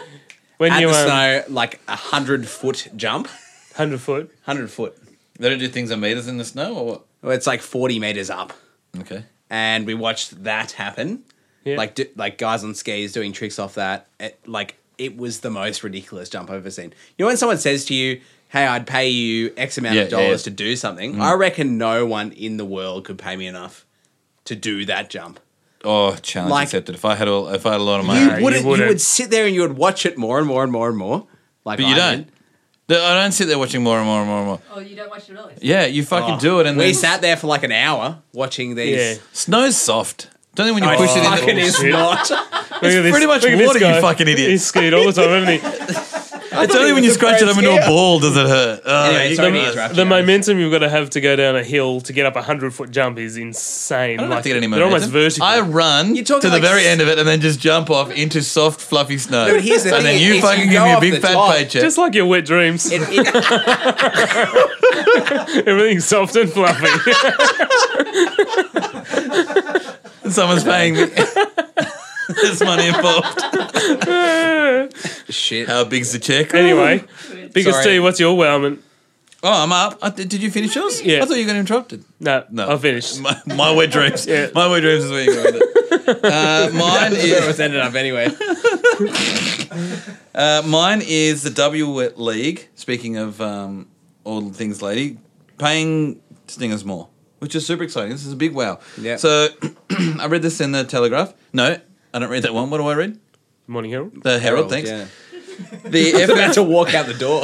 Speaker 3: When
Speaker 2: At
Speaker 3: you
Speaker 2: the
Speaker 3: um,
Speaker 2: snow, like a hundred foot jump.
Speaker 3: hundred foot,
Speaker 2: Hundred foot.
Speaker 1: They don't do things on meters in the snow or what?
Speaker 2: Well, It's like forty meters up,
Speaker 1: Okay.
Speaker 2: and we watched that happen.
Speaker 3: yeah.
Speaker 2: Like do, like guys on skis doing tricks off that. It, like it was the most ridiculous jump I've ever seen. You know when someone says to you, "Hey, I'd pay you X amount
Speaker 1: Yeah,
Speaker 2: of
Speaker 1: yeah, yeah. Mm.
Speaker 2: dollars to do something," I reckon no one in the world could pay me enough to do that jump.
Speaker 1: Oh, challenge
Speaker 2: Like-
Speaker 1: accepted. If I had all, if I had a lot of
Speaker 2: You
Speaker 1: money,
Speaker 3: you
Speaker 2: wouldn't. You,
Speaker 3: wouldn't.
Speaker 2: would sit there and you would watch it more and more and more and more. Like,
Speaker 1: but you
Speaker 2: I
Speaker 1: don't.
Speaker 2: did.
Speaker 1: No, I don't sit there watching more and more and more and more.
Speaker 6: Oh, you don't watch it all.
Speaker 1: Yeah, you fucking
Speaker 2: Oh,
Speaker 1: do it, and
Speaker 2: we
Speaker 1: then
Speaker 2: sat there for like an hour watching these.
Speaker 3: yeah.
Speaker 1: snow's soft. Don't think when you push it in,
Speaker 2: Fuck, it
Speaker 1: the-
Speaker 2: is
Speaker 3: Bullshit.
Speaker 2: not.
Speaker 3: Look at this,
Speaker 1: pretty much
Speaker 3: look at this
Speaker 1: water, you
Speaker 3: guy.
Speaker 1: fucking idiot.
Speaker 3: He's skied all the time, hasn't he?
Speaker 1: it's only when you
Speaker 2: was a
Speaker 1: scratch it up into a
Speaker 2: brain
Speaker 1: ball does it hurt. Oh,
Speaker 2: Anyway,
Speaker 1: you
Speaker 2: sorry to
Speaker 1: guys-
Speaker 2: interrupt.
Speaker 3: The
Speaker 2: Yeah.
Speaker 3: momentum you've got to have to go down a hill to get up a hundred foot jump is insane.
Speaker 1: I don't
Speaker 3: like,
Speaker 1: have to get any
Speaker 3: they're
Speaker 1: momentum.
Speaker 3: almost vertical.
Speaker 1: I run
Speaker 2: You're
Speaker 1: to
Speaker 2: talking
Speaker 1: the
Speaker 2: like
Speaker 1: very
Speaker 2: s-
Speaker 1: end of it and then just jump off into soft, fluffy snow.
Speaker 2: But here's the
Speaker 1: and
Speaker 2: thing,
Speaker 1: then you
Speaker 2: is
Speaker 1: fucking
Speaker 2: you
Speaker 1: give
Speaker 2: go
Speaker 1: me a
Speaker 2: off
Speaker 1: big
Speaker 2: the
Speaker 1: fat
Speaker 2: top.
Speaker 1: paycheck.
Speaker 3: just like your wet dreams,
Speaker 2: It- it-
Speaker 3: everything's soft and fluffy.
Speaker 1: Someone's paying me. There's money involved.
Speaker 2: Shit.
Speaker 1: How big's the check?
Speaker 3: anyway, biggest
Speaker 2: Sorry.
Speaker 3: T, what's your wow moment?
Speaker 1: Oh, I'm up. I, did you finish yours?
Speaker 3: Yeah.
Speaker 1: I thought you got interrupted.
Speaker 3: No,
Speaker 1: No.
Speaker 3: I finished.
Speaker 1: My, my wet dreams.
Speaker 3: Yeah.
Speaker 1: My wet dreams is where you're going with it. Uh, mine
Speaker 2: Where it
Speaker 1: is
Speaker 2: was ended up anyway.
Speaker 1: uh, mine is the W League. Speaking of um, all things, lady paying stingers more, which is super exciting. This is a big wow.
Speaker 2: Yeah.
Speaker 1: So I read this in the Telegraph. No, I don't read that one. What do I read?
Speaker 3: Morning Herald.
Speaker 1: The Herald. thanks. The
Speaker 2: About to walk out the door.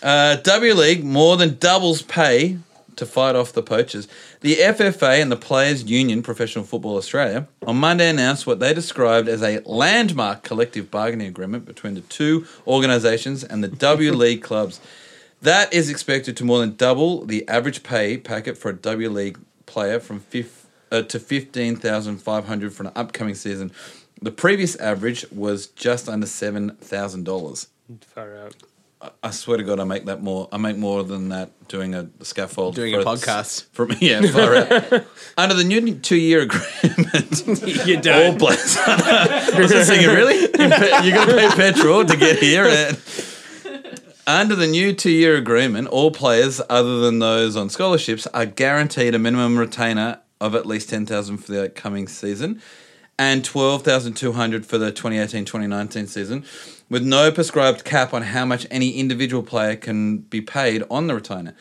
Speaker 1: Uh, W League more than doubles pay to fight off the poachers. The FFA and the Players Union Professional Football Australia on Monday announced what they described as a landmark collective bargaining agreement between the two organisations and the W League clubs. That is expected to more than double the average pay packet for a W League player from fif- uh, to 15,500 for an upcoming season. The previous average was just under $7,000.
Speaker 3: Far out.
Speaker 1: I swear to God, I make that more. I make more than that doing a scaffold,
Speaker 2: Doing
Speaker 1: for
Speaker 2: a
Speaker 1: s-
Speaker 2: podcast.
Speaker 1: from yeah. Far out. Under the new two-year agreement,
Speaker 2: you
Speaker 1: all places. I was just thinking, really, you pe- you got to pay petrol to get here. And under the new two-year agreement, all players other than those on scholarships are guaranteed a minimum retainer of at least ten thousand for the upcoming season, and twelve thousand two hundred for the 2018-2019 season, with no prescribed cap on how much any individual player can be paid on the retainer.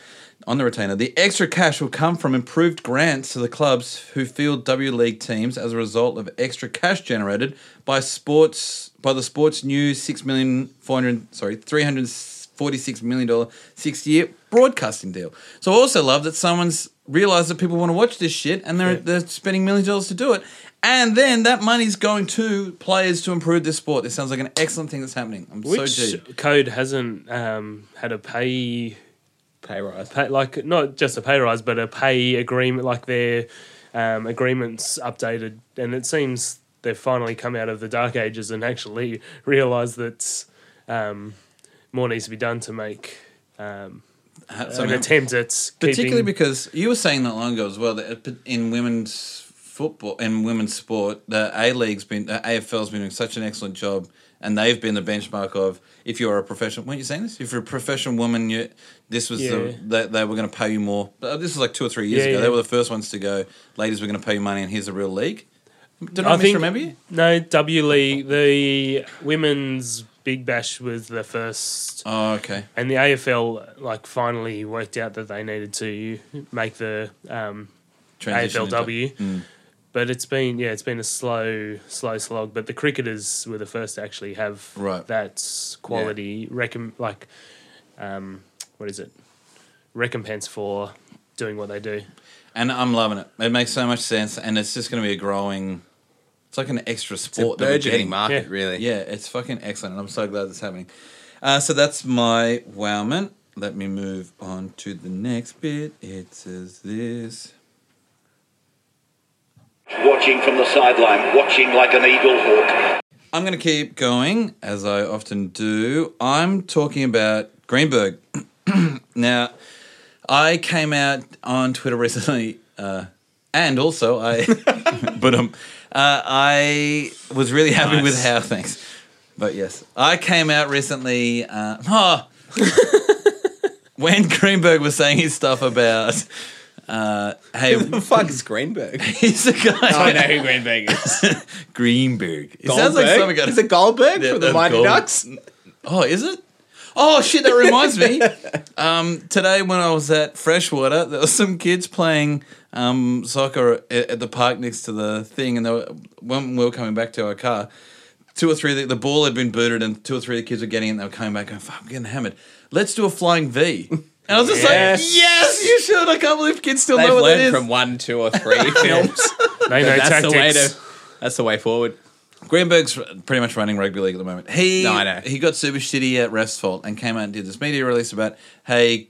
Speaker 1: On the retainer, the extra cash will come from improved grants to the clubs who field W League teams as a result of extra cash generated by sports by the sports new six million four hundred sorry three hundred forty six million dollar six year broadcasting deal. So I also love that someone's realized that people want to watch this shit and they're they're spending millions of dollars to do it. And then that money's going to players to improve this sport. This sounds like an excellent thing that's happening. I'm
Speaker 3: Which
Speaker 1: so G.
Speaker 3: code hasn't um, had a pay,
Speaker 2: Pay rise.
Speaker 3: pay, like not just a pay rise, but a pay agreement, like their um, agreements updated, and it seems they've finally come out of the dark ages and actually realised that um, more needs to be done to make um,
Speaker 1: So
Speaker 3: an
Speaker 1: now-
Speaker 3: attempt at
Speaker 1: particularly
Speaker 3: keeping,
Speaker 1: because you were saying that long ago as well that in women's football in women's sport the A League's been the AFL's been doing such an excellent job and they've been the benchmark of if you're a professional weren't you saying this if you're a professional woman you this was
Speaker 3: Yeah.
Speaker 1: the they, they were going to pay you more Uh, this was like two or three years
Speaker 3: Yeah,
Speaker 1: ago
Speaker 3: yeah.
Speaker 1: they were the first ones to go ladies we're going to pay you money and here's a real league did I,
Speaker 3: I think-
Speaker 1: misremember you
Speaker 3: No, W League, the women's Big Bash was the first,
Speaker 1: oh okay
Speaker 3: and the AFL like finally worked out that they needed to make the um,
Speaker 1: Transition into- Mm.
Speaker 3: AFLW. But it's been yeah, it's been a slow, slow slog. But the cricketers were the first to actually have
Speaker 1: Right.
Speaker 3: that quality recom- like, um, what is it? Recompense for doing what they do.
Speaker 1: and I'm loving it it makes so much sense and it's just going to be a growing it's like an extra
Speaker 2: It's a
Speaker 1: sport that we're
Speaker 2: burgeoning
Speaker 1: getting.
Speaker 2: market,
Speaker 3: Yeah.
Speaker 2: really.
Speaker 1: Yeah, it's fucking excellent. and I'm so glad that's happening. Uh, so that's my wowment. Let me move on to the next bit. It says this.
Speaker 6: Watching from the sideline, watching like an eagle hawk.
Speaker 1: I'm going to keep going as I often do. I'm talking about Greenberg. now, I came out on Twitter recently, uh, and also I, but um, uh, I was really happy with how things. But yes, I came out recently. Uh, oh, when Greenberg was saying his stuff about, uh, hey,
Speaker 2: Who the fuck is Greenberg?
Speaker 1: he's the guy.
Speaker 2: I know who Greenberg is.
Speaker 1: Greenberg. It sounds like something. out of-
Speaker 2: Is it Goldberg
Speaker 1: Yeah,
Speaker 2: from the
Speaker 1: that's
Speaker 2: Mighty
Speaker 1: Goldberg.
Speaker 2: Ducks?
Speaker 1: Oh, is it? Oh shit, that reminds me. Um, today when I was at Freshwater, there were some kids playing um, soccer at, at the park next to the thing, and they were, when we were coming back to our car, two or three of the, the ball had been booted, and two or three of the kids were getting it, and they were coming back going, "Fuck, I'm getting hammered. Let's do a flying V." And I was just
Speaker 2: Yes.
Speaker 1: like, "Yes, you should." I can't believe kids still
Speaker 2: They've
Speaker 1: know what that
Speaker 2: learned
Speaker 1: is.
Speaker 2: from one, two, or three films.
Speaker 3: They know
Speaker 2: that's
Speaker 3: tactics.
Speaker 2: the way to. That's the way forward.
Speaker 1: Greenberg's pretty much running rugby league at the moment. He
Speaker 2: No, I know.
Speaker 1: he got super shitty at refs fault and came out and did this media release about, hey,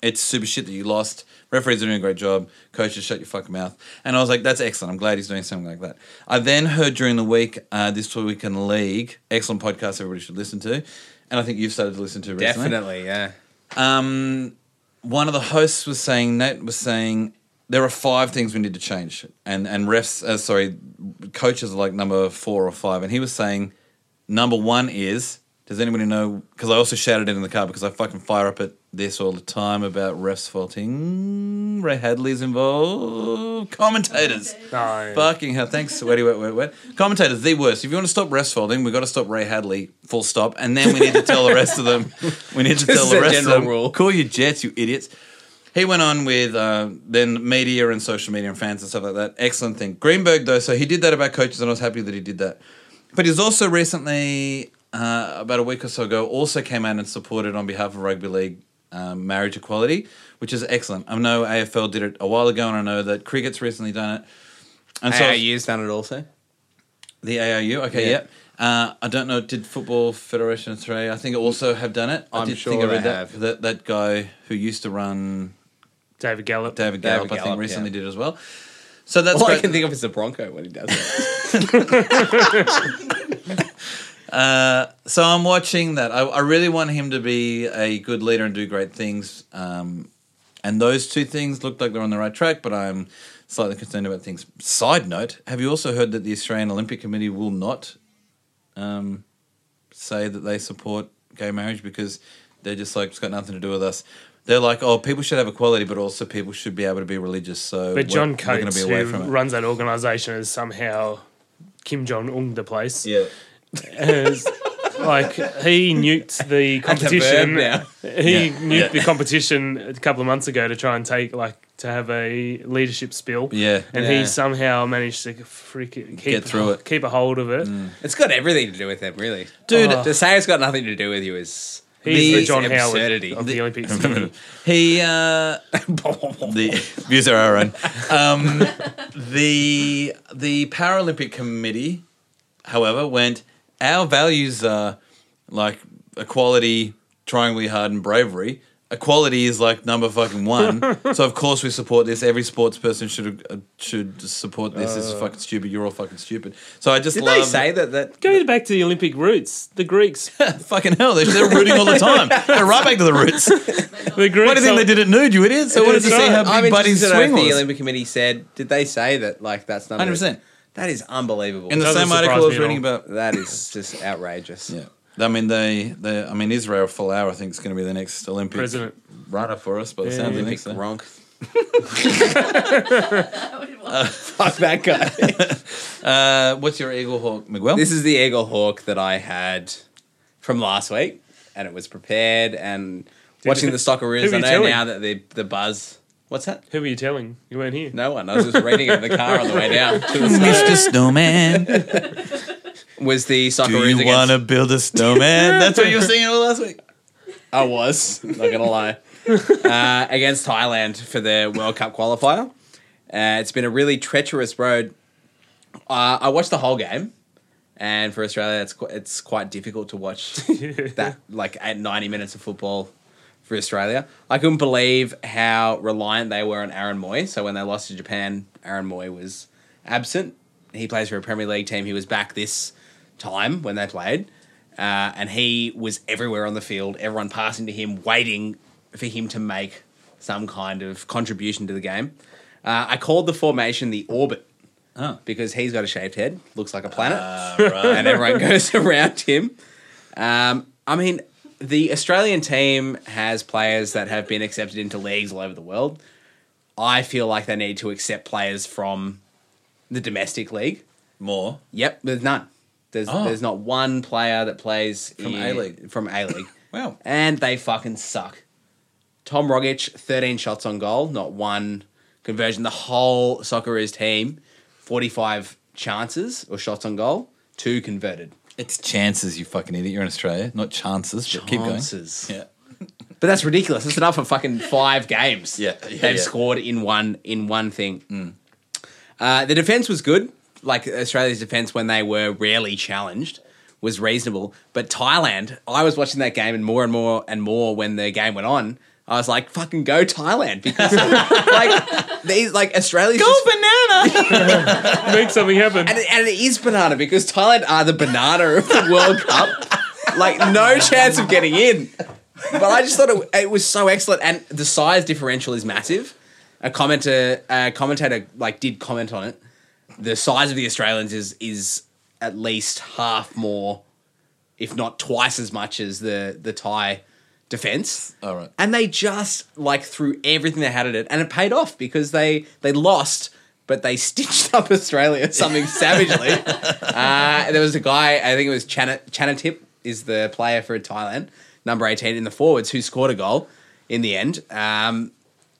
Speaker 1: it's super shit that you lost. Referees are doing a great job. Coaches, shut your fucking mouth. And I was like, that's excellent. I'm glad he's doing something like that. I then heard during the week, uh, this week in the league, excellent podcast everybody should listen to, and I think you've started to listen to recently
Speaker 2: Definitely, yeah.
Speaker 1: um, one of the hosts was saying Nate was saying there are five things we need to change, and and refs, uh, sorry, coaches are like number four or five, and he was saying number one is does anybody know? Because I also shouted it in the car because I fucking fire up at this all the time about refs faulting. Ray Hadley's involved. Commentators.
Speaker 3: No.
Speaker 1: Fucking hell. Thanks, sweaty, wet, wet, wet. Commentators, the worst. If you want to stop rest folding, we've got to stop Ray Hadley, full stop. And then we need to tell the rest of them. We need to
Speaker 2: This
Speaker 1: tell
Speaker 2: is
Speaker 1: the
Speaker 2: a
Speaker 1: rest of
Speaker 2: general
Speaker 1: them.
Speaker 2: rule.
Speaker 1: Call your jets, you idiots. He went on with uh, then media and social media and fans and stuff like that. Excellent thing. Greenberg, though, so he did that about coaches, and I was happy that he did that. But he's also recently, uh, about a week or so ago, also came out and supported on behalf of Rugby League um, marriage equality, which is excellent. I know AFL did it a while ago, and I know that cricket's recently done it. And so
Speaker 2: AAU's done it also.
Speaker 1: the ARU, okay,
Speaker 2: Yeah.
Speaker 1: yep. Uh, I don't know. Did Football Federation Australia? I think also have done it. I
Speaker 2: I'm
Speaker 1: did
Speaker 2: sure
Speaker 1: think I
Speaker 2: they
Speaker 1: read that,
Speaker 2: have.
Speaker 1: that that guy who used to run
Speaker 3: David Gallup.
Speaker 1: David Gallup,
Speaker 2: David
Speaker 1: I think
Speaker 2: Gallup,
Speaker 1: recently
Speaker 2: yeah.
Speaker 1: did as well. So that's
Speaker 2: All I
Speaker 1: great.
Speaker 2: can think of is the Bronco when he does it.
Speaker 1: Uh, so I'm watching that. I, I really want him to be a good leader and do great things. Um, and those two things look like they're on the right track, but I'm slightly concerned about things. Side note: Have you also heard that the Australian Olympic Committee will not um, say that they support gay marriage because they're just like it's got nothing to do with us. They're like, oh, people should have equality, but also people should be able to be religious. So
Speaker 3: But John
Speaker 1: we're, we're gonna
Speaker 3: Coates,
Speaker 1: be away
Speaker 3: who
Speaker 1: from it.
Speaker 3: runs that organisation, is somehow Kim Jong Un the place.
Speaker 1: Yeah,
Speaker 3: Is- like he nuked the competition.
Speaker 2: now.
Speaker 3: He
Speaker 1: Yeah.
Speaker 3: nuked
Speaker 1: Yeah.
Speaker 3: the competition a couple of months ago to try and take like to have a leadership spill.
Speaker 1: yeah.
Speaker 3: And
Speaker 2: Yeah.
Speaker 3: he somehow managed to freaking keep,
Speaker 1: Get through it.
Speaker 3: keep a hold of it.
Speaker 2: It's got everything to do with them, really.
Speaker 1: Dude,
Speaker 2: to say it's got nothing to do with you is
Speaker 3: He's the,
Speaker 1: The
Speaker 3: John
Speaker 2: absurdity.
Speaker 3: Howard of the, Olympics.
Speaker 1: He uh, the views are our own. Um, the the Paralympic Committee, however, went. Our values are like equality, trying really hard, and bravery. Equality is like number fucking one. so of course we support this. Every sports person should uh, should support this. this is fucking stupid. You're all fucking stupid. So I just
Speaker 2: Did
Speaker 1: love
Speaker 2: they say that? That
Speaker 3: Going back to the Olympic roots, the Greeks.
Speaker 1: fucking hell. They're, they're rooting all the time. They're right back to the roots.
Speaker 3: The Greeks.
Speaker 1: Why do you think they did it nude, you idiot? So what did you
Speaker 3: That's
Speaker 1: see
Speaker 3: right.
Speaker 1: how
Speaker 2: I'm
Speaker 1: big Buddy's
Speaker 2: interested to know if
Speaker 1: swing
Speaker 2: the
Speaker 1: was?
Speaker 2: Olympic Committee said. Did they say that? Like that's not
Speaker 1: 100%.
Speaker 2: That is unbelievable.
Speaker 1: In the
Speaker 3: Doesn't
Speaker 1: same
Speaker 3: surprise
Speaker 1: article I was
Speaker 3: me at
Speaker 1: reading
Speaker 3: all.
Speaker 1: about.
Speaker 2: that is just outrageous.
Speaker 1: Yeah. I mean, they, they. I mean, Israel Folau, I think, is going to be the next Olympic
Speaker 3: President.
Speaker 1: runner for us. By the
Speaker 3: Yeah,
Speaker 1: sounds of
Speaker 2: Olympic
Speaker 1: things, so.
Speaker 2: Gronk.
Speaker 7: Uh,
Speaker 2: Fuck that guy.
Speaker 1: Uh, what's your Eagle Hawk, Miguel?
Speaker 2: This is the eagle hawk that I had from last week, and it was prepared. And watching the
Speaker 3: who
Speaker 2: Socceroos,
Speaker 3: were
Speaker 2: I
Speaker 3: you
Speaker 2: know
Speaker 3: telling?
Speaker 2: now that the the buzz. What's that?
Speaker 3: Who were you telling? You weren't here.
Speaker 2: No one. I was just reading it in the car on the way down to the stadium.
Speaker 1: Mr. Snowman,
Speaker 2: Was the
Speaker 1: do
Speaker 2: Socceroos
Speaker 1: you
Speaker 2: against?
Speaker 1: want to build a snowman? That's what you were singing all last week.
Speaker 2: I was not gonna lie. uh, against Thailand for the World Cup qualifier. Uh, it's been a really treacherous road. Uh, I watched the whole game, and for Australia, it's qu- it's quite difficult to watch that like at ninety minutes of football for Australia. I couldn't believe how reliant they were on Aaron Moy. So when they lost to Japan, Aaron Moy was absent. He plays for a Premier League team. He was back this time when they played, uh, and he was everywhere on the field. Everyone passing to him, waiting for him to make some kind of contribution to the game. Uh, I called the formation the orbit
Speaker 1: Oh.
Speaker 2: because he's got a shaved head, looks like a planet, and everyone goes around him. Um, I mean, the Australian team has players that have been accepted into leagues all over the world. I feel like they need to accept players from the domestic league.
Speaker 1: More.
Speaker 2: Yep, there's none. There's
Speaker 1: Oh.
Speaker 2: there's not one player that plays
Speaker 1: From
Speaker 2: in-
Speaker 1: A-League.
Speaker 2: From A League.
Speaker 1: Wow.
Speaker 2: And they fucking suck. Tom Rogic, 13 shots on goal, not one conversion. The whole Socceroos team, 45 chances or shots on goal, two converted.
Speaker 1: It's chances, you fucking idiot. You're in Australia, not chances. But keep going.
Speaker 2: Chances.
Speaker 1: Yeah.
Speaker 2: But that's ridiculous. It's enough for fucking five games.
Speaker 1: Yeah, yeah,
Speaker 2: they've
Speaker 1: yeah. Hmm.
Speaker 2: scored in one in one thing. Uh, the defense was good. Like Australia's defense when they were rarely challenged was reasonable. But Thailand, I was watching that game, and more and more and more when the game went on, I was like, "Fucking go Thailand!" Because like these like Australia's just-
Speaker 1: Oh, banana.
Speaker 3: Make something happen.
Speaker 2: and, it- and it is banana because Thailand are the banana of the World Cup. Like no chance of getting in. But I just thought it, it was so excellent, and the size differential is massive. A commenter, a commentator, like did comment on it. The size of the Australians is is at least half more, if not twice as much as the the Thai defense.
Speaker 1: All right.
Speaker 2: And they just like threw everything they had at it, and it paid off because they they lost, but they stitched up Australia something savagely. Uh, there was a guy, I think it was Chana, Chanatip, is the player for Thailand, number eighteen in the forwards, who scored a goal in the end. Um,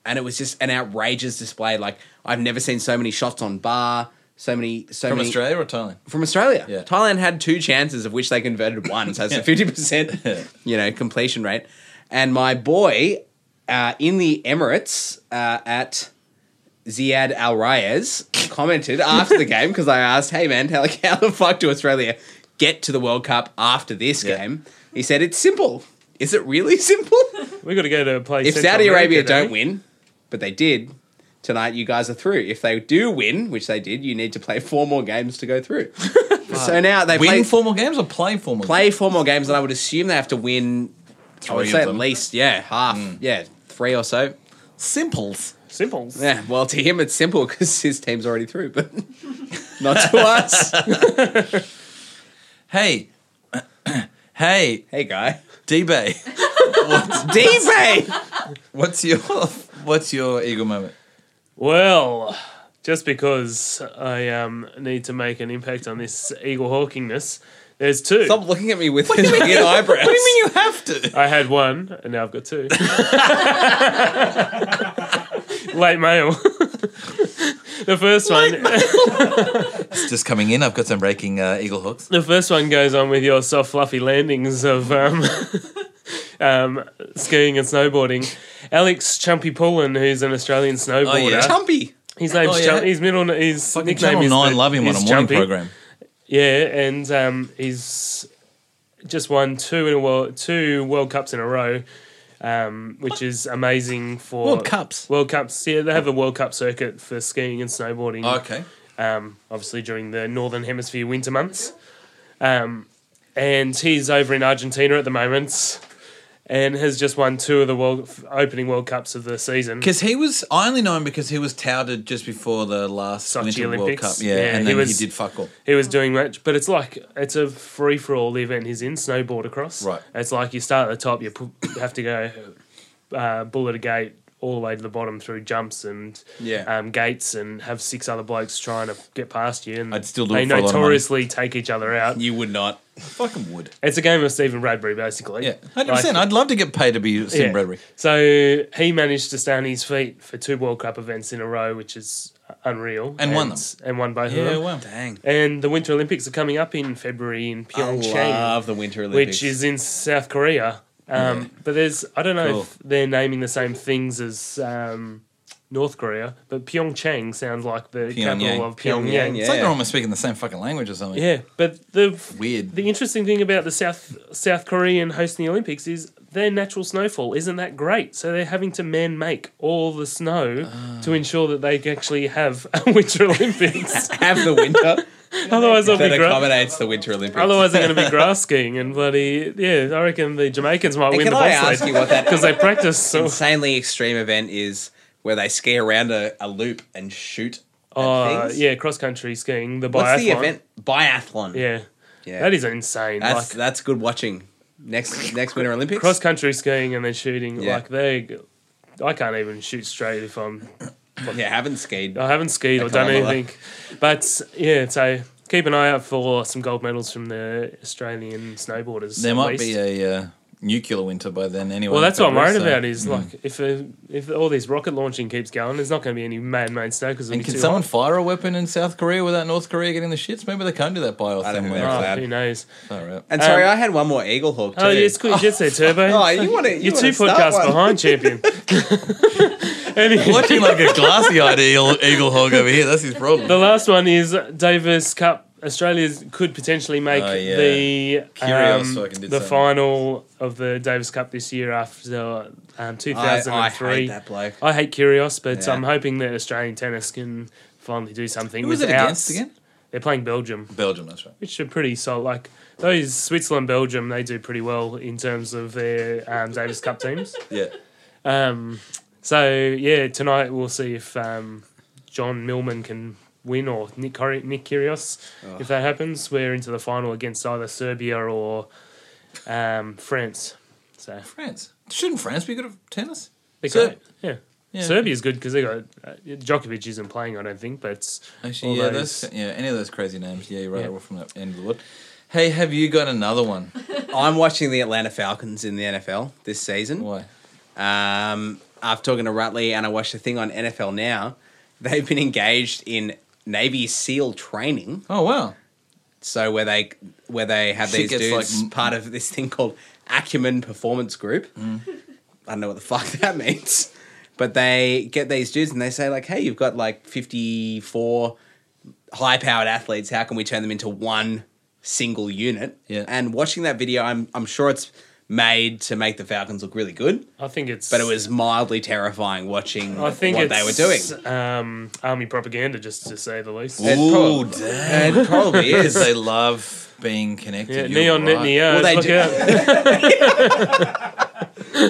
Speaker 2: and it was just an outrageous display. Like I've never seen so many shots on bar, so many, so
Speaker 1: From
Speaker 2: many
Speaker 1: Australia or Thailand?
Speaker 2: from Australia.
Speaker 1: Yeah.
Speaker 2: Thailand had two chances of which they converted one, so it's a fifty percent, you know, completion rate. And my boy uh, in the Emirates uh, at Ziad Al Reyes commented after the game because I asked, "Hey man, how, like, how the fuck do Australia get to the World Cup after this
Speaker 1: Yeah.
Speaker 2: game?" He said, "It's simple. Is it really simple?
Speaker 3: we got to go to a place.
Speaker 2: if Saudi Arabia
Speaker 1: eh?
Speaker 2: don't win, but they did." Tonight, you guys are through. If they do win, which they did, you need to play four more games to go through. So now they
Speaker 1: Win
Speaker 2: play,
Speaker 1: formal games or play formal
Speaker 2: play four more games, and I would assume they have to win. I would
Speaker 1: Three
Speaker 2: say
Speaker 1: of
Speaker 2: at
Speaker 1: them. Mm.
Speaker 2: least, yeah, half, yeah, three or so.
Speaker 1: games? Simples.
Speaker 3: Simple.
Speaker 2: Yeah, well, to him it's simple because his team's already through, but not to us.
Speaker 1: Hey. hey,
Speaker 2: hey, guy,
Speaker 1: D-Bay. what's,
Speaker 2: D-Bay.
Speaker 1: what's your what's your eagle moment?
Speaker 3: Well, just because I um, need to make an impact on this eagle hawkingness, there's two.
Speaker 2: Stop looking at me with his weird eyebrows.
Speaker 1: What do you mean you have to?
Speaker 3: I had one, and now I've got two. Late mail. the first one.
Speaker 1: It's just coming in. I've got some breaking uh, eagle hooks.
Speaker 3: The first one goes on with your soft, fluffy landings of um, um, skiing and snowboarding. Alex Chumpy Pullen, who's an Australian snowboarder,
Speaker 1: Oh, yeah.
Speaker 2: Chumpy.
Speaker 3: his name's
Speaker 1: Oh, yeah.
Speaker 3: Chum- his middle na- his
Speaker 1: Fucking
Speaker 3: nickname
Speaker 1: Channel
Speaker 3: is
Speaker 1: 9
Speaker 3: the-
Speaker 1: love him on a
Speaker 3: is
Speaker 1: morning
Speaker 3: Chumpy.
Speaker 1: program.
Speaker 3: Yeah, and um, he's just won two in a world, two World Cups in a row, um, which is amazing for
Speaker 1: World Cups?
Speaker 3: World Cups, yeah, they have a World Cup circuit for skiing and snowboarding.
Speaker 1: Okay.
Speaker 3: Um, obviously during the Northern Hemisphere winter months, um, and he's over in Argentina at the moment, and has just won two of the world opening World Cups of the season.
Speaker 1: Because he was, I only know him because he was touted just before the last
Speaker 3: Sochi
Speaker 1: Winter World
Speaker 3: Olympics.
Speaker 1: Cup. Yeah,
Speaker 3: Yeah,
Speaker 1: and
Speaker 3: he
Speaker 1: then he,
Speaker 3: was-
Speaker 1: did fuck all.
Speaker 3: he was doing much, but it's like it's a free for all event he's in snowboard across.
Speaker 1: Right.
Speaker 3: It's like you start at the top, you pu- have to go uh, bullet a gate all the way to the bottom through jumps and
Speaker 2: Yeah.
Speaker 3: um, gates, and have six other blokes trying to get past you. And
Speaker 1: I'd still do
Speaker 3: They
Speaker 1: it for a lot of money.
Speaker 3: notoriously take each other out.
Speaker 2: You would not.
Speaker 1: Fucking would.
Speaker 3: It's a game of Stephen Bradbury, basically.
Speaker 1: Yeah, 100%. I'd love to get paid to be Sim
Speaker 3: Yeah.
Speaker 1: Bradbury.
Speaker 3: So he managed to stay on his feet for two World Cup events in a row, which is unreal.
Speaker 1: And won
Speaker 3: And won both of them.
Speaker 1: well, dang.
Speaker 3: And the Winter Olympics are coming up in February in
Speaker 2: I
Speaker 3: Pyeongchang.
Speaker 2: love the Winter Oh, Olympics.
Speaker 3: which is in South Korea. Um, But there's, I don't know
Speaker 1: Cool.
Speaker 3: if they're naming the same things as um, North Korea, but Pyeongchang sounds like the
Speaker 1: Pyongyang.
Speaker 3: capital of Pyongyang.
Speaker 2: Pyongyang,
Speaker 3: yeah.
Speaker 1: It's like they're
Speaker 2: Yeah.
Speaker 1: almost speaking the same fucking language or something.
Speaker 3: but the
Speaker 1: Weird.
Speaker 3: the interesting thing about the South South Korean hosting the Olympics is their natural snowfall isn't that great, so they're having to man make all the snow to ensure that they can actually have a Winter Olympics.
Speaker 2: have the winter
Speaker 3: Otherwise, they'll
Speaker 2: that
Speaker 3: be gra-
Speaker 2: accommodates the Winter Olympics.
Speaker 3: Otherwise, they're going to be grass skiing and bloody yeah. I reckon the Jamaicans might
Speaker 2: And
Speaker 3: win
Speaker 2: can
Speaker 3: the
Speaker 2: I ask you
Speaker 3: bobsled
Speaker 2: what that
Speaker 3: because they practice. So,
Speaker 2: insanely extreme event is where they ski around a, a loop and shoot. at
Speaker 3: uh,
Speaker 2: things?
Speaker 3: yeah, cross country skiing. The biathlon.
Speaker 2: What's the event? Biathlon.
Speaker 3: Yeah,
Speaker 2: yeah.
Speaker 3: that is insane.
Speaker 2: that's
Speaker 3: like
Speaker 2: that's good watching. Next next Winter Olympics.
Speaker 3: cross country skiing and then shooting.
Speaker 2: Yeah.
Speaker 3: Like they, I can't even shoot straight if I'm.
Speaker 2: yeah, haven't skied.
Speaker 3: I haven't skied or
Speaker 2: can't
Speaker 3: done
Speaker 2: either.
Speaker 3: anything. But yeah, so keep an eye out for some gold medals from the Australian snowboarders.
Speaker 1: There
Speaker 3: at
Speaker 1: might be
Speaker 3: least.
Speaker 1: a uh, nuclear winter by then, anyway.
Speaker 3: Well, that's what I'm worried
Speaker 1: So-
Speaker 3: about. Is
Speaker 2: hmm.
Speaker 3: like if uh, if all this rocket launching keeps going, there's not going to be any man-made snow because
Speaker 1: And can someone fire a weapon in South Korea without North Korea getting the shits? Maybe they can't do that by or
Speaker 2: I don't think
Speaker 1: somewhere.
Speaker 2: they're
Speaker 3: Oh,
Speaker 2: allowed.
Speaker 3: who knows?
Speaker 1: All right.
Speaker 2: And sorry,
Speaker 3: Um,
Speaker 2: I had one more eagle hawk too.
Speaker 3: Oh, yeah, it's cool. You did say turbo.
Speaker 2: Oh, you want to? You
Speaker 3: You're two
Speaker 2: wanna start
Speaker 3: podcasts
Speaker 2: one.
Speaker 3: behind, champion. Anyway,
Speaker 1: Watching like a glassy-eyed eagle, eagle hog over here. That's his problem.
Speaker 3: the last one is Davis Cup. Australia could potentially make
Speaker 1: Oh, yeah.
Speaker 3: the
Speaker 1: Curious
Speaker 3: um,
Speaker 1: fucking did
Speaker 3: the
Speaker 1: something.
Speaker 3: final of the Davis Cup this year after
Speaker 2: I,
Speaker 3: um, 2003.
Speaker 2: I hate that bloke.
Speaker 3: I hate Curios, but
Speaker 2: Yeah.
Speaker 3: I'm hoping that Australian tennis can finally do something.
Speaker 1: Who was it
Speaker 3: without-
Speaker 1: against again?
Speaker 3: They're playing Belgium.
Speaker 1: Belgium, that's right.
Speaker 3: which are pretty solid. Like those Switzerland, Belgium, they do pretty well in terms of their um, Davis Cup teams.
Speaker 1: Yeah.
Speaker 3: Um, so yeah, tonight we'll see if um, John Millman can win or Nick Cur- Nick Kyrgios. If that happens, we're into the final against either Serbia or um, France. So
Speaker 1: France. Shouldn't France be good at tennis?
Speaker 3: they're
Speaker 1: Ser-
Speaker 3: great. Yeah.
Speaker 1: Yeah.
Speaker 3: Serbia's good because they got uh, Djokovic isn't playing, I don't think, but
Speaker 1: Actually,
Speaker 3: all
Speaker 1: yeah,
Speaker 3: those-
Speaker 1: those, yeah, any of those crazy names. Yeah, you're right.
Speaker 3: Yeah.
Speaker 1: We're from the end of the world. Hey, have you got another one?
Speaker 2: I'm watching the Atlanta Falcons in the NFL this season.
Speaker 1: Why?
Speaker 2: Um, after talking to Rutley, and I watched a thing on NFL Now. They've been engaged in Navy SEAL training.
Speaker 1: Oh wow.
Speaker 2: So where they where they have
Speaker 1: Shit
Speaker 2: these
Speaker 1: gets,
Speaker 2: dudes
Speaker 1: like, m-
Speaker 2: part of this thing called Acumen Performance Group.
Speaker 1: mm.
Speaker 2: I don't know what the fuck that means, but they get these dudes and they say like, "Hey, you've got like fifty four high powered athletes. How can we turn them into one single unit?"
Speaker 1: Yeah.
Speaker 2: And watching that video, I'm I'm sure it's made to make the Falcons look really good,
Speaker 3: I think it's.
Speaker 2: but it was mildly terrifying watching
Speaker 3: I think
Speaker 2: what
Speaker 3: it's,
Speaker 2: they were doing.
Speaker 3: Um, army propaganda, just to say the least.
Speaker 2: It
Speaker 1: Ooh,
Speaker 2: prob-
Speaker 1: damn.
Speaker 2: It probably
Speaker 1: Because
Speaker 2: is.
Speaker 1: they love being connected.
Speaker 3: Yeah,
Speaker 1: you're right.
Speaker 3: neon right.
Speaker 2: Well,
Speaker 3: neon.
Speaker 2: they
Speaker 3: look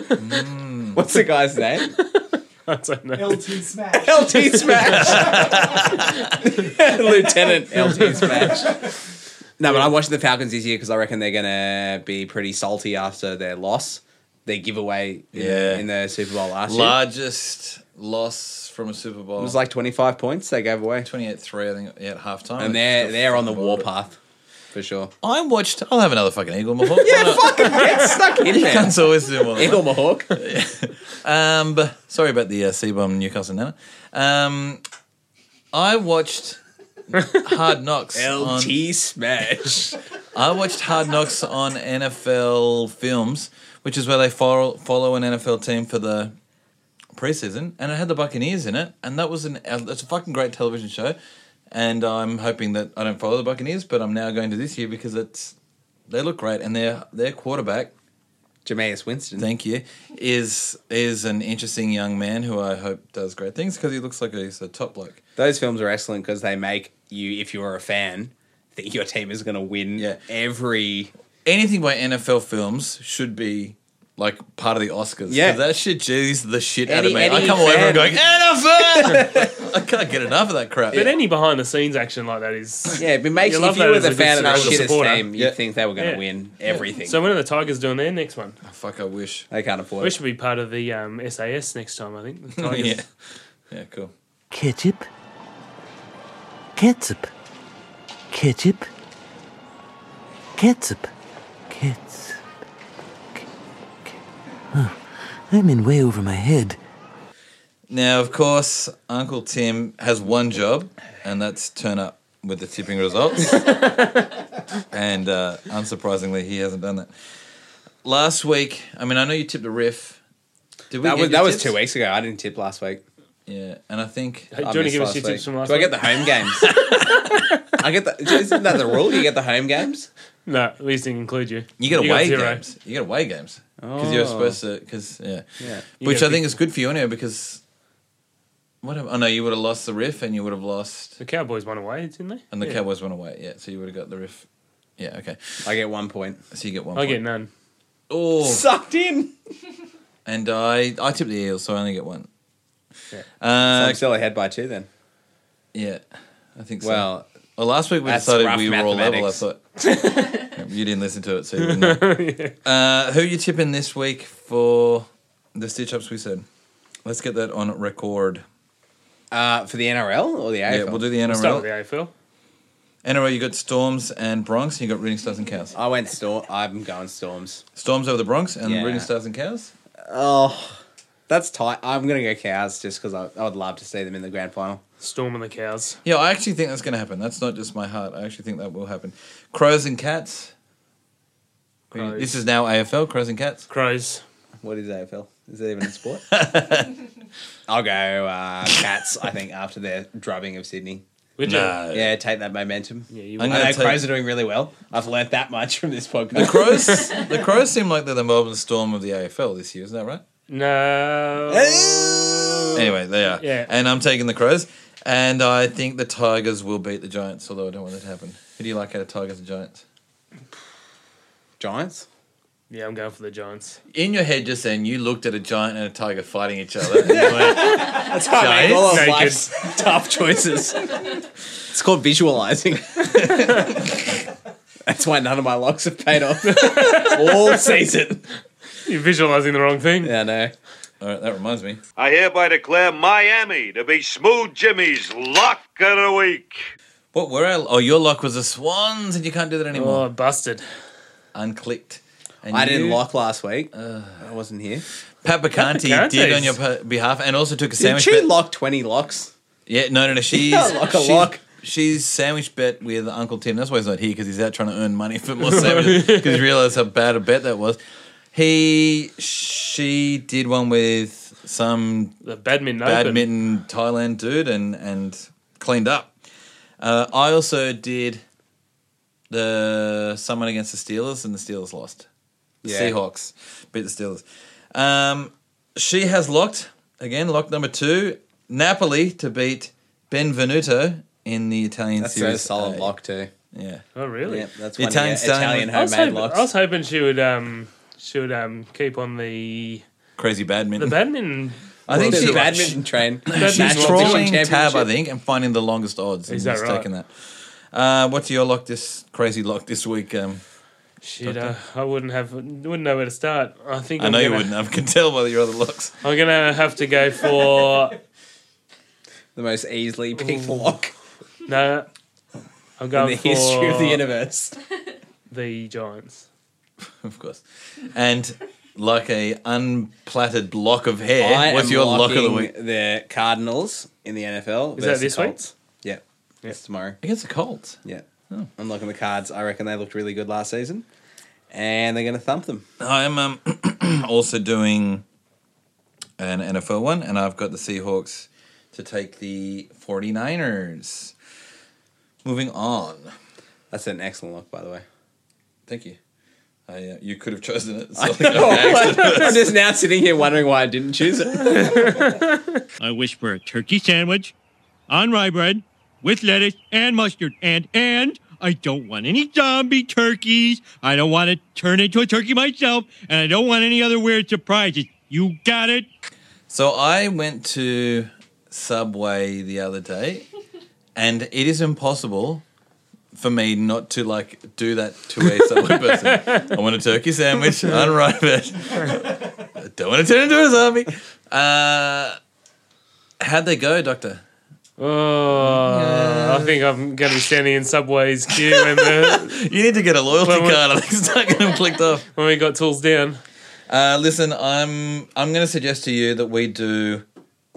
Speaker 2: do-
Speaker 3: out.
Speaker 2: What's the guy's name?
Speaker 3: I don't know.
Speaker 4: LT Smash.
Speaker 2: LT Smash. Lieutenant LT Smash. No, but I'm watching the Falcons this year because I reckon they're going to be pretty salty after their loss, their giveaway in,
Speaker 1: Yeah.
Speaker 2: in the Super Bowl last year.
Speaker 1: Largest loss from a Super Bowl.
Speaker 2: It was like 25 points they gave
Speaker 1: 28-3,
Speaker 2: away.
Speaker 1: I think, yeah, at halftime.
Speaker 2: And they're, they're on the
Speaker 1: Fucking bought
Speaker 2: warpath for sure.
Speaker 1: it. I watched. I'll have another fucking Eagle Mahawk. yeah,
Speaker 2: Fucking get stuck in there.
Speaker 1: Cunts always do more. than
Speaker 2: Eagle Mahawk.
Speaker 1: Um, but sorry about the uh, C-bomb Newcastle Nana. Um, I watched Hard Knocks. on,
Speaker 2: LT Smash.
Speaker 1: I watched Hard Knocks on NFL Films, which is where they follow, follow an NFL team for the preseason, and it had the Buccaneers in it, and that was an that's a fucking great television show. And I'm hoping that I don't follow the Buccaneers, but I'm now going to this year because it's they look great, and their their quarterback
Speaker 2: Jameis Winston.
Speaker 1: Thank you. Is is an interesting young man who I hope does great things because he looks like he's a top bloke.
Speaker 2: Those films are excellent because they make you, if you're a fan, think your team is going to win
Speaker 1: Yeah.
Speaker 2: every
Speaker 1: Anything by NFL films should be like part of the Oscars. 'Cause
Speaker 2: Yeah.
Speaker 1: that shit jeez the shit out of
Speaker 2: Any-
Speaker 1: me. I
Speaker 2: any
Speaker 1: come away from
Speaker 2: fan-
Speaker 1: it going NFL. I can't get enough of that crap.
Speaker 3: But any behind the scenes action like that is.
Speaker 2: Yeah, but it makes
Speaker 3: You
Speaker 2: if
Speaker 3: love
Speaker 2: you
Speaker 3: that
Speaker 2: were
Speaker 3: as
Speaker 2: the
Speaker 3: a good
Speaker 2: fan of the
Speaker 3: supporter.
Speaker 2: shittest
Speaker 3: Supporter.
Speaker 2: team, you'd
Speaker 1: Yeah.
Speaker 2: think they were going to
Speaker 3: Yeah.
Speaker 2: win everything.
Speaker 3: So when are the Tigers doing their next one?
Speaker 1: Oh, fuck, I wish.
Speaker 2: they can't afford
Speaker 3: We
Speaker 2: it.
Speaker 3: should be part of the um, SAS next time, I think. The Tigers.
Speaker 1: yeah. Yeah, cool.
Speaker 7: Ketchup. Ketchup. Ketchup. Ketchup. Ketchup. Ke- ke- Oh, I'm in way over my head.
Speaker 1: Now, of course, Uncle Tim has one job, and that's turn up with the tipping results. and uh, unsurprisingly, he hasn't done that. Last week, I mean, I know you tipped a riff. Did we?
Speaker 2: That
Speaker 1: get
Speaker 2: was
Speaker 1: your
Speaker 2: that was
Speaker 1: tips?
Speaker 2: two weeks ago. I didn't tip last week.
Speaker 1: Yeah, and I think
Speaker 2: I
Speaker 3: Hey, do you want to
Speaker 2: missed
Speaker 3: give us your tips
Speaker 2: week.
Speaker 3: from last
Speaker 2: Do I get
Speaker 3: week?
Speaker 2: the home games? I get the. Isn't that the rule? You get the home games.
Speaker 3: No, we didn't include you.
Speaker 1: you get
Speaker 3: got
Speaker 1: away
Speaker 3: zero.
Speaker 1: games. You get away games because you're
Speaker 2: Oh.
Speaker 1: supposed to. Because yeah,
Speaker 2: Yeah.
Speaker 3: You
Speaker 1: which
Speaker 3: get
Speaker 1: I think is good for you anyway. Because what? Have, oh no, you would have lost the riff, and you would have lost,
Speaker 3: The Cowboys won away, didn't they?
Speaker 1: and the
Speaker 3: yeah.
Speaker 1: Cowboys went away. Yeah, so you would have got the riff. Yeah, okay.
Speaker 2: I get one point.
Speaker 1: So you get one.
Speaker 3: I
Speaker 1: point.
Speaker 3: get none.
Speaker 1: Oh,
Speaker 2: Sucked in.
Speaker 1: And I, I tipped the Eels, so I only get one.
Speaker 3: Yeah.
Speaker 2: So
Speaker 1: Uh,
Speaker 2: I'm still ahead by two then.
Speaker 1: yeah, I think so.
Speaker 2: Well,
Speaker 1: well last week we
Speaker 2: that's
Speaker 1: decided
Speaker 2: rough
Speaker 1: we were all level. I
Speaker 2: mathematics.
Speaker 1: thought you didn't listen to it, so you didn't know. uh, who are you tipping this week for the stitch ups? We said, let's get that on record.
Speaker 2: uh, for the NRL or the AFL,
Speaker 1: Yeah, we'll do the
Speaker 3: We'll start
Speaker 1: NRL.
Speaker 3: with the AFL.
Speaker 1: NRL, you got Storms and Bronx, and you got Reading Stars and Cows.
Speaker 2: I went storm. I'm going storms.
Speaker 1: Storms over the Bronx and
Speaker 2: Yeah.
Speaker 1: Reading Stars and Cows.
Speaker 2: Oh, that's tight. I'm gonna go cows just because I, I would love to see them in the grand final.
Speaker 3: Storm and the Cows.
Speaker 1: Yeah, I actually think that's going to happen. That's not just my heart. I actually think that will happen. Crows and Cats.
Speaker 3: Crows.
Speaker 1: This is now AFL. Crows and Cats.
Speaker 3: Crows.
Speaker 2: What is AFL? Is it even a sport? I'll go uh, Cats, I think, after their drubbing of Sydney.
Speaker 3: Would
Speaker 1: No.
Speaker 3: you?
Speaker 2: Yeah, take that momentum.
Speaker 3: Yeah, you
Speaker 1: I'm
Speaker 2: I
Speaker 1: gonna
Speaker 2: know
Speaker 1: take-
Speaker 2: Crows are doing really well. I've learnt that much from this podcast.
Speaker 1: The Crows, the Crows seem like they're the Melbourne Storm of the AFL this year, isn't that right?
Speaker 3: No.
Speaker 1: Anyway, they are.
Speaker 3: Yeah.
Speaker 1: And I'm taking the Crows, and I think the Tigers will beat the Giants, although I don't want that to happen. Who do you like out of Tigers and Giants?
Speaker 2: Giants?
Speaker 3: Yeah, I'm going for the Giants.
Speaker 1: In your head just then, you looked at a giant and a tiger fighting each other. and you went,
Speaker 2: That's how I make
Speaker 1: Giants?
Speaker 2: all of
Speaker 3: Naked.
Speaker 2: life's tough choices. It's called visualizing. That's why none of my locks have paid off all season.
Speaker 3: You're visualizing the wrong thing.
Speaker 2: Yeah, no.
Speaker 1: All right, that reminds me.
Speaker 8: I hereby declare Miami to be Smooth Jimmy's lock of the week.
Speaker 1: What were our, oh your lock was the Swans, and you can't do that anymore.
Speaker 3: Oh, busted.
Speaker 1: Unclicked. And
Speaker 2: I didn't
Speaker 1: you-
Speaker 2: lock last week. I wasn't here.
Speaker 1: Pat Bacanti did
Speaker 3: Bacanti's.
Speaker 1: on your pa- behalf, and also took a
Speaker 2: Did
Speaker 1: sandwich.
Speaker 2: she
Speaker 1: bet.
Speaker 2: lock 20 locks?
Speaker 1: Yeah, no, no, no. She's
Speaker 2: lock a
Speaker 1: she's,
Speaker 2: lock.
Speaker 1: she's sandwich bet with Uncle Tim. That's why he's not here because he's out trying to earn money for more sandwiches because he realised how bad a bet that was. He, she did one with some
Speaker 3: The badminton. Open.
Speaker 1: badminton Thailand dude and and cleaned up. Uh, I also did the someone against the Steelers and the Steelers lost. the
Speaker 2: Yeah.
Speaker 1: Seahawks beat the Steelers. Um, she has locked again, lock number two, Napoli to beat Benvenuto in the Italian
Speaker 2: That's a
Speaker 1: series.
Speaker 2: solid
Speaker 1: A.
Speaker 2: lock too.
Speaker 1: Yeah,
Speaker 3: Oh, really?
Speaker 2: Yep, that's
Speaker 1: The
Speaker 2: one of your
Speaker 1: Italian style-
Speaker 2: Italian
Speaker 3: I, was
Speaker 2: homemade
Speaker 3: hoping, I was
Speaker 2: locks.
Speaker 3: hoping she would um she would um keep on the
Speaker 1: crazy
Speaker 3: the
Speaker 1: badminton.
Speaker 3: badminton.
Speaker 1: I think
Speaker 2: There's
Speaker 1: she,
Speaker 2: a badminton train.
Speaker 1: she's
Speaker 2: National
Speaker 1: trawling
Speaker 2: championship.
Speaker 1: tab, I think, and finding the longest odds. and
Speaker 3: Is that
Speaker 1: just
Speaker 3: right?
Speaker 1: Taking that. Uh, what's your lock this crazy lock this week? Um,
Speaker 3: Shit, uh, I wouldn't have wouldn't know where to start. I think
Speaker 1: I
Speaker 3: I'm
Speaker 1: know you
Speaker 3: gonna-
Speaker 1: wouldn't. I can tell by your other locks.
Speaker 3: I'm gonna have to go for
Speaker 2: The most easily picked lock
Speaker 3: no. I'm
Speaker 2: in
Speaker 3: going
Speaker 2: the
Speaker 3: for
Speaker 2: history of the universe.
Speaker 3: the Giants.
Speaker 1: Of course. And like a unplaited block of hair,
Speaker 2: I
Speaker 1: what's
Speaker 2: am
Speaker 1: your lock of the
Speaker 2: locking
Speaker 1: week?
Speaker 2: The Cardinals in the NFL.
Speaker 3: Is
Speaker 2: versus
Speaker 3: that this
Speaker 2: the
Speaker 3: week?
Speaker 2: Colts. Yeah. It's tomorrow.
Speaker 1: Against the Colts.
Speaker 2: Yeah. I'm looking the cards. I reckon they looked really good last season. And they're going to thump them.
Speaker 1: I'm um, also doing an NFL one, and I've got the Seahawks to take the 49ers. Moving on.
Speaker 2: That's an excellent look, by the way.
Speaker 1: Thank you. I, uh, you could have chosen it. so I think I-
Speaker 2: I'm just now sitting here wondering why I didn't choose it.
Speaker 9: I wish for a turkey sandwich on rye bread with lettuce and mustard. And, and I don't want any zombie turkeys. I don't want to turn into a turkey myself. And I don't want any other weird surprises. You got it?
Speaker 1: So I went to Subway the other day, and it is impossible for me not to like do that to a Subway person. I want a turkey sandwich, unripe it. I don't want to turn into a zombie. Uh, how'd they go, Doctor?
Speaker 3: Oh, I think I'm gonna be standing in Subway's queue when the
Speaker 1: You need to get a loyalty
Speaker 3: Well, we-
Speaker 1: card. I think start getting them clicked off.
Speaker 3: when we got tools down.
Speaker 1: Uh, listen, I'm I'm going to suggest to you that we do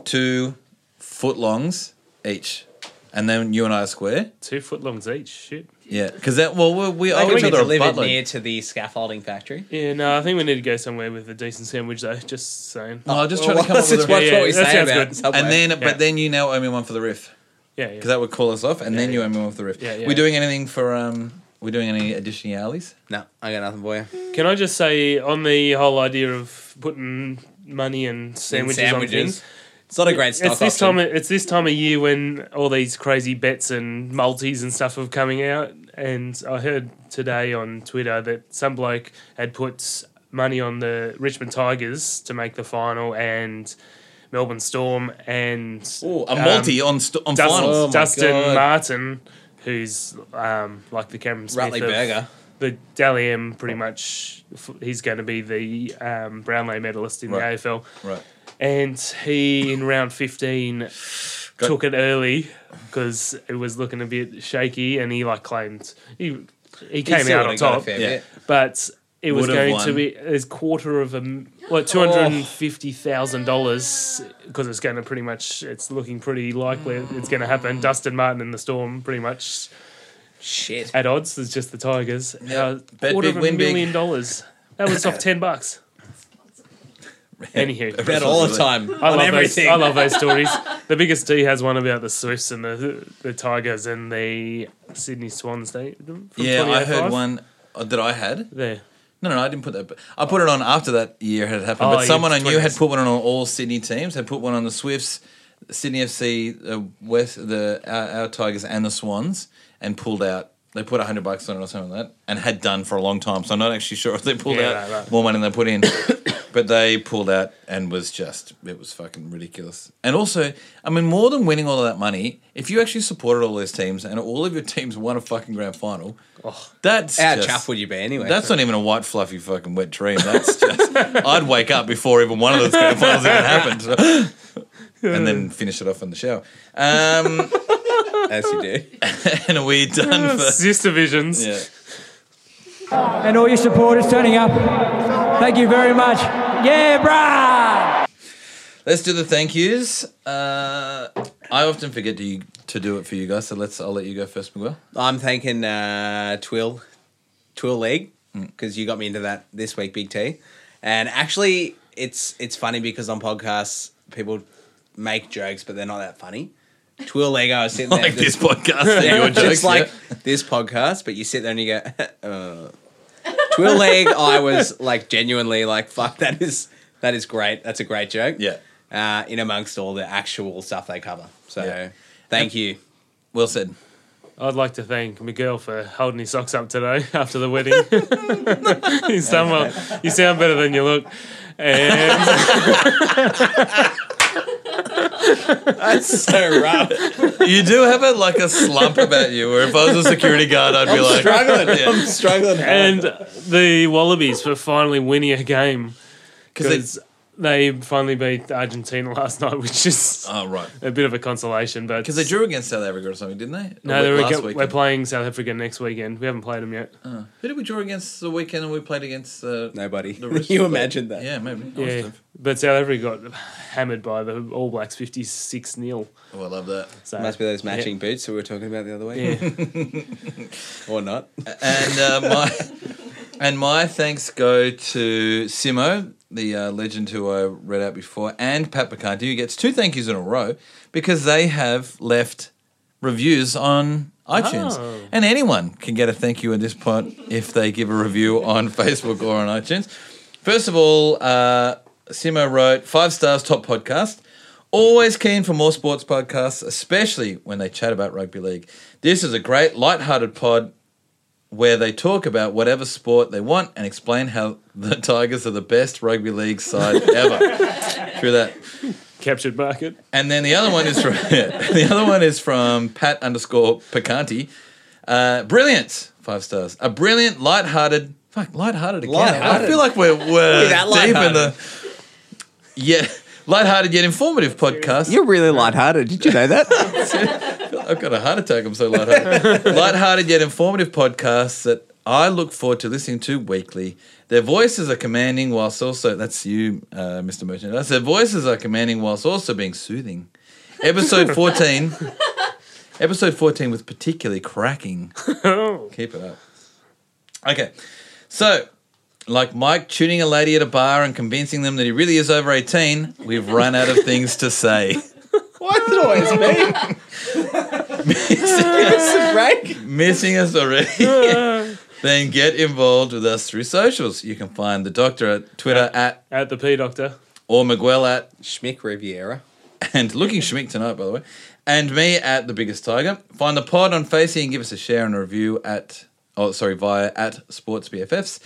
Speaker 1: two footlongs each, and then you and I are square.
Speaker 3: Two foot longs each. Shit.
Speaker 1: Yeah, because that well we, we owe each
Speaker 2: we
Speaker 1: other a
Speaker 2: delivered
Speaker 1: buttload.
Speaker 2: near to the scaffolding factory.
Speaker 3: Yeah, no, I think we need to go somewhere with a decent sandwich though. Just saying.
Speaker 1: No, I'm just trying
Speaker 2: Well,
Speaker 1: to come up
Speaker 2: let's
Speaker 1: with
Speaker 2: just
Speaker 1: a
Speaker 2: watch
Speaker 3: Yeah,
Speaker 2: what we
Speaker 3: yeah, that
Speaker 2: say
Speaker 3: sounds
Speaker 2: about
Speaker 3: good.
Speaker 2: Subway.
Speaker 1: and then
Speaker 3: Yeah.
Speaker 1: but then you now owe me one for the riff
Speaker 3: Yeah, yeah.
Speaker 1: because that would call us off, and then you
Speaker 3: yeah.
Speaker 1: owe me one for the riff.
Speaker 3: Yeah, yeah.
Speaker 1: We're doing anything for um, we're doing any additionalities.
Speaker 2: No, I got nothing for you.
Speaker 3: Can I just say on the whole idea of putting money and sandwiches, on things?
Speaker 2: It's not a great stock
Speaker 3: It's this
Speaker 2: option.
Speaker 3: time. It's this time of year when all these crazy bets and multis and stuff are coming out. And I heard today on Twitter that some bloke had put money on the Richmond Tigers to make the final and Melbourne Storm and
Speaker 1: Ooh, a
Speaker 3: um,
Speaker 1: multi on st- on
Speaker 3: Dustin,
Speaker 1: finals.
Speaker 2: Oh my
Speaker 3: Dustin
Speaker 2: God.
Speaker 3: Martin, who's um, like the Cameron Smith
Speaker 2: Rutley
Speaker 3: of
Speaker 2: Burger.
Speaker 3: the Dally M, pretty much. f- He's going to be the um, Brownlow medalist in
Speaker 1: Right.
Speaker 3: the AFL,
Speaker 1: Right.
Speaker 3: and he in round fifteen took it early because it was looking a bit shaky, and he like claimed he he came
Speaker 2: still
Speaker 3: out on
Speaker 2: would've got a
Speaker 3: top,
Speaker 2: fair
Speaker 1: Yeah.
Speaker 2: bit.
Speaker 3: but. It was
Speaker 1: Would've
Speaker 3: going to
Speaker 1: won.
Speaker 3: be a quarter of a m- like two hundred and fifty thousand dollars because it's going to pretty much it's looking pretty likely it's going to happen. Dustin Martin and the Storm pretty much
Speaker 2: Shit.
Speaker 3: at odds there's just the Tigers. Uh,
Speaker 1: Bet
Speaker 3: quarter
Speaker 1: big,
Speaker 3: of a
Speaker 1: win big.
Speaker 3: million dollars. That was off ten bucks. Anywho,
Speaker 2: Bet all the time
Speaker 3: I
Speaker 2: on
Speaker 3: love those.
Speaker 2: everything.
Speaker 3: I love those stories. The biggest D has one about the Swifts and the the Tigers and the Sydney Swans. They from
Speaker 1: Yeah, I
Speaker 3: 2005?
Speaker 1: heard one uh, that I had.
Speaker 3: there.
Speaker 1: No, no, I didn't put that. But I put it on after that year had happened.
Speaker 3: Oh,
Speaker 1: but
Speaker 3: yeah,
Speaker 1: someone I knew had
Speaker 3: 20s.
Speaker 1: put one on all Sydney teams. Had put one on the Swifts, Sydney FC, uh, West, the our, our Tigers, and the Swans, and pulled out. They put hundred bucks on it or something like that, and had done for a long time. So I'm not actually sure if they pulled
Speaker 3: Yeah,
Speaker 1: out
Speaker 3: right, right.
Speaker 1: more money than they put in, but they pulled out and was just it was fucking ridiculous. And also, I mean, more than winning all of that money, if you actually supported all those teams and all of your teams won a fucking grand final,
Speaker 3: Oh.
Speaker 1: that's
Speaker 2: How
Speaker 1: just-
Speaker 2: chuffed would you be anyway?
Speaker 1: that's not even a white fluffy fucking wet dream. That's just I'd wake up before even one of those grand finals even happened, and then finish it off in the shower. Um,
Speaker 2: as you do.
Speaker 1: and we're done for.
Speaker 3: Sis divisions.
Speaker 1: Yeah.
Speaker 10: and all your supporters turning up. Thank you very much. Yeah, brah!
Speaker 1: Let's do the thank yous. Uh, I often forget to to do it for you guys, so let's. I'll let you go first, Miguel.
Speaker 2: I'm thanking uh, Twill, Twill League,
Speaker 3: Mm.
Speaker 2: because you got me into that this week, Big T. And actually, it's it's funny because on podcasts people make jokes, but they're not that funny. Twill League, I was sitting there
Speaker 1: Like this
Speaker 2: just,
Speaker 1: podcast, and your
Speaker 2: it's
Speaker 1: jokes,
Speaker 2: like
Speaker 1: yeah.
Speaker 2: this podcast, but you sit there and you go, uh, Twill League, I was like genuinely like, fuck, that is that is great. That's a great joke.
Speaker 1: Yeah.
Speaker 2: Uh, in amongst all the actual stuff they cover. So
Speaker 1: Yeah.
Speaker 2: thank you.
Speaker 1: Well said.
Speaker 3: I'd like to thank Miguel for holding his socks up today after the wedding. you sound well, you sound better than you look. And
Speaker 2: That's so rough.
Speaker 1: You do have a, like a slump about you, where if I was a security guard, I'd be like,
Speaker 2: struggling. I'm struggling.
Speaker 3: and the Wallabies for finally winning a game because they, finally beat Argentina last night, which is
Speaker 1: oh right,
Speaker 3: a bit of a consolation. But
Speaker 1: because they drew against South Africa or something, didn't they?
Speaker 3: No, they were
Speaker 1: last
Speaker 3: go-
Speaker 1: weekend. Oh,
Speaker 3: we're playing South Africa next weekend. We haven't played them yet.
Speaker 1: Who did we draw against the weekend? And we played against uh,
Speaker 2: Nobody.
Speaker 1: the rest
Speaker 2: you
Speaker 1: of the-
Speaker 2: imagined that.
Speaker 1: Yeah, maybe. I
Speaker 3: yeah,
Speaker 1: must have.
Speaker 3: but South Africa got hammered by the All Blacks fifty six 0
Speaker 1: Oh, I love that.
Speaker 3: So
Speaker 2: Must be those matching boots that we were talking about the other week. or not.
Speaker 1: and uh, my and my thanks go to Simo, the uh, legend who I read out before, and Pat Picardi, who gets two thank yous in a row because they have left reviews on iTunes,
Speaker 3: Oh.
Speaker 1: and anyone can get a thank you at this point if they give a review on Facebook or on iTunes. First of all, uh, Simo wrote five stars, top podcast. Always keen for more sports podcasts, especially when they chat about rugby league. This is a great, light-hearted pod where they talk about whatever sport they want and explain how the Tigers are the best rugby league side ever. True that.
Speaker 3: captured market.
Speaker 1: And then the other one is from the other one is from Pat underscore Picanti. Uh, brilliant, five stars. A brilliant, light-hearted. Fuck, light-hearted again. I
Speaker 2: Lighthearted.
Speaker 1: feel like we're, we're
Speaker 2: Look at that
Speaker 1: deep in
Speaker 2: lighthearted.
Speaker 1: the yeah, light-hearted yet informative podcast.
Speaker 2: You're really lighthearted. Did you know that?
Speaker 1: I've got a heart attack. I'm so lighthearted. lighthearted yet informative podcasts that I look forward to listening to weekly. Their voices are commanding, whilst also that's you, uh, Mr. Merchandise. Their voices are commanding, whilst also being soothing. Episode 14. episode 14 was particularly cracking. Keep it up. Okay, so. Like Mike tuning a lady at a bar and convincing them that he really is over 18, we've run out of things to say.
Speaker 2: Why is it always me? Mr. Break.
Speaker 1: missing us already, then get involved with us through socials. You can find the doctor at Twitter at
Speaker 3: At the P Doctor.
Speaker 1: or Miguel at
Speaker 2: Schmick Riviera.
Speaker 1: and looking schmick tonight, by the way, and me at the biggest tiger. Find the pod on Facey and give us a share and a review at oh sorry via at Sports BFFs.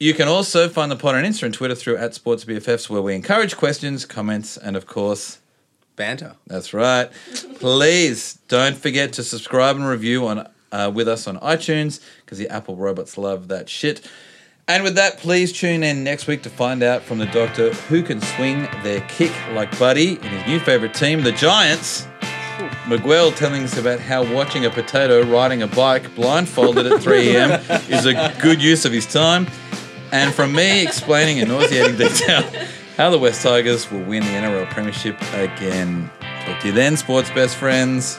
Speaker 1: You can also find the pod on Insta and Twitter through at Sports BFFs, where we encourage questions, comments, and of course
Speaker 2: Banter.
Speaker 1: That's right. Please don't forget to subscribe and review on uh, with us on iTunes because the Apple robots love that shit. And with that, please tune in next week to find out from the doctor who can swing their kick like Buddy in his new favorite team, the Giants. Miguel telling us about how watching a potato riding a bike blindfolded at 3 a.m. is a good use of his time. And from me explaining in nauseating detail how the West Tigers will win the NRL Premiership again. Talk to you then, sports best friends.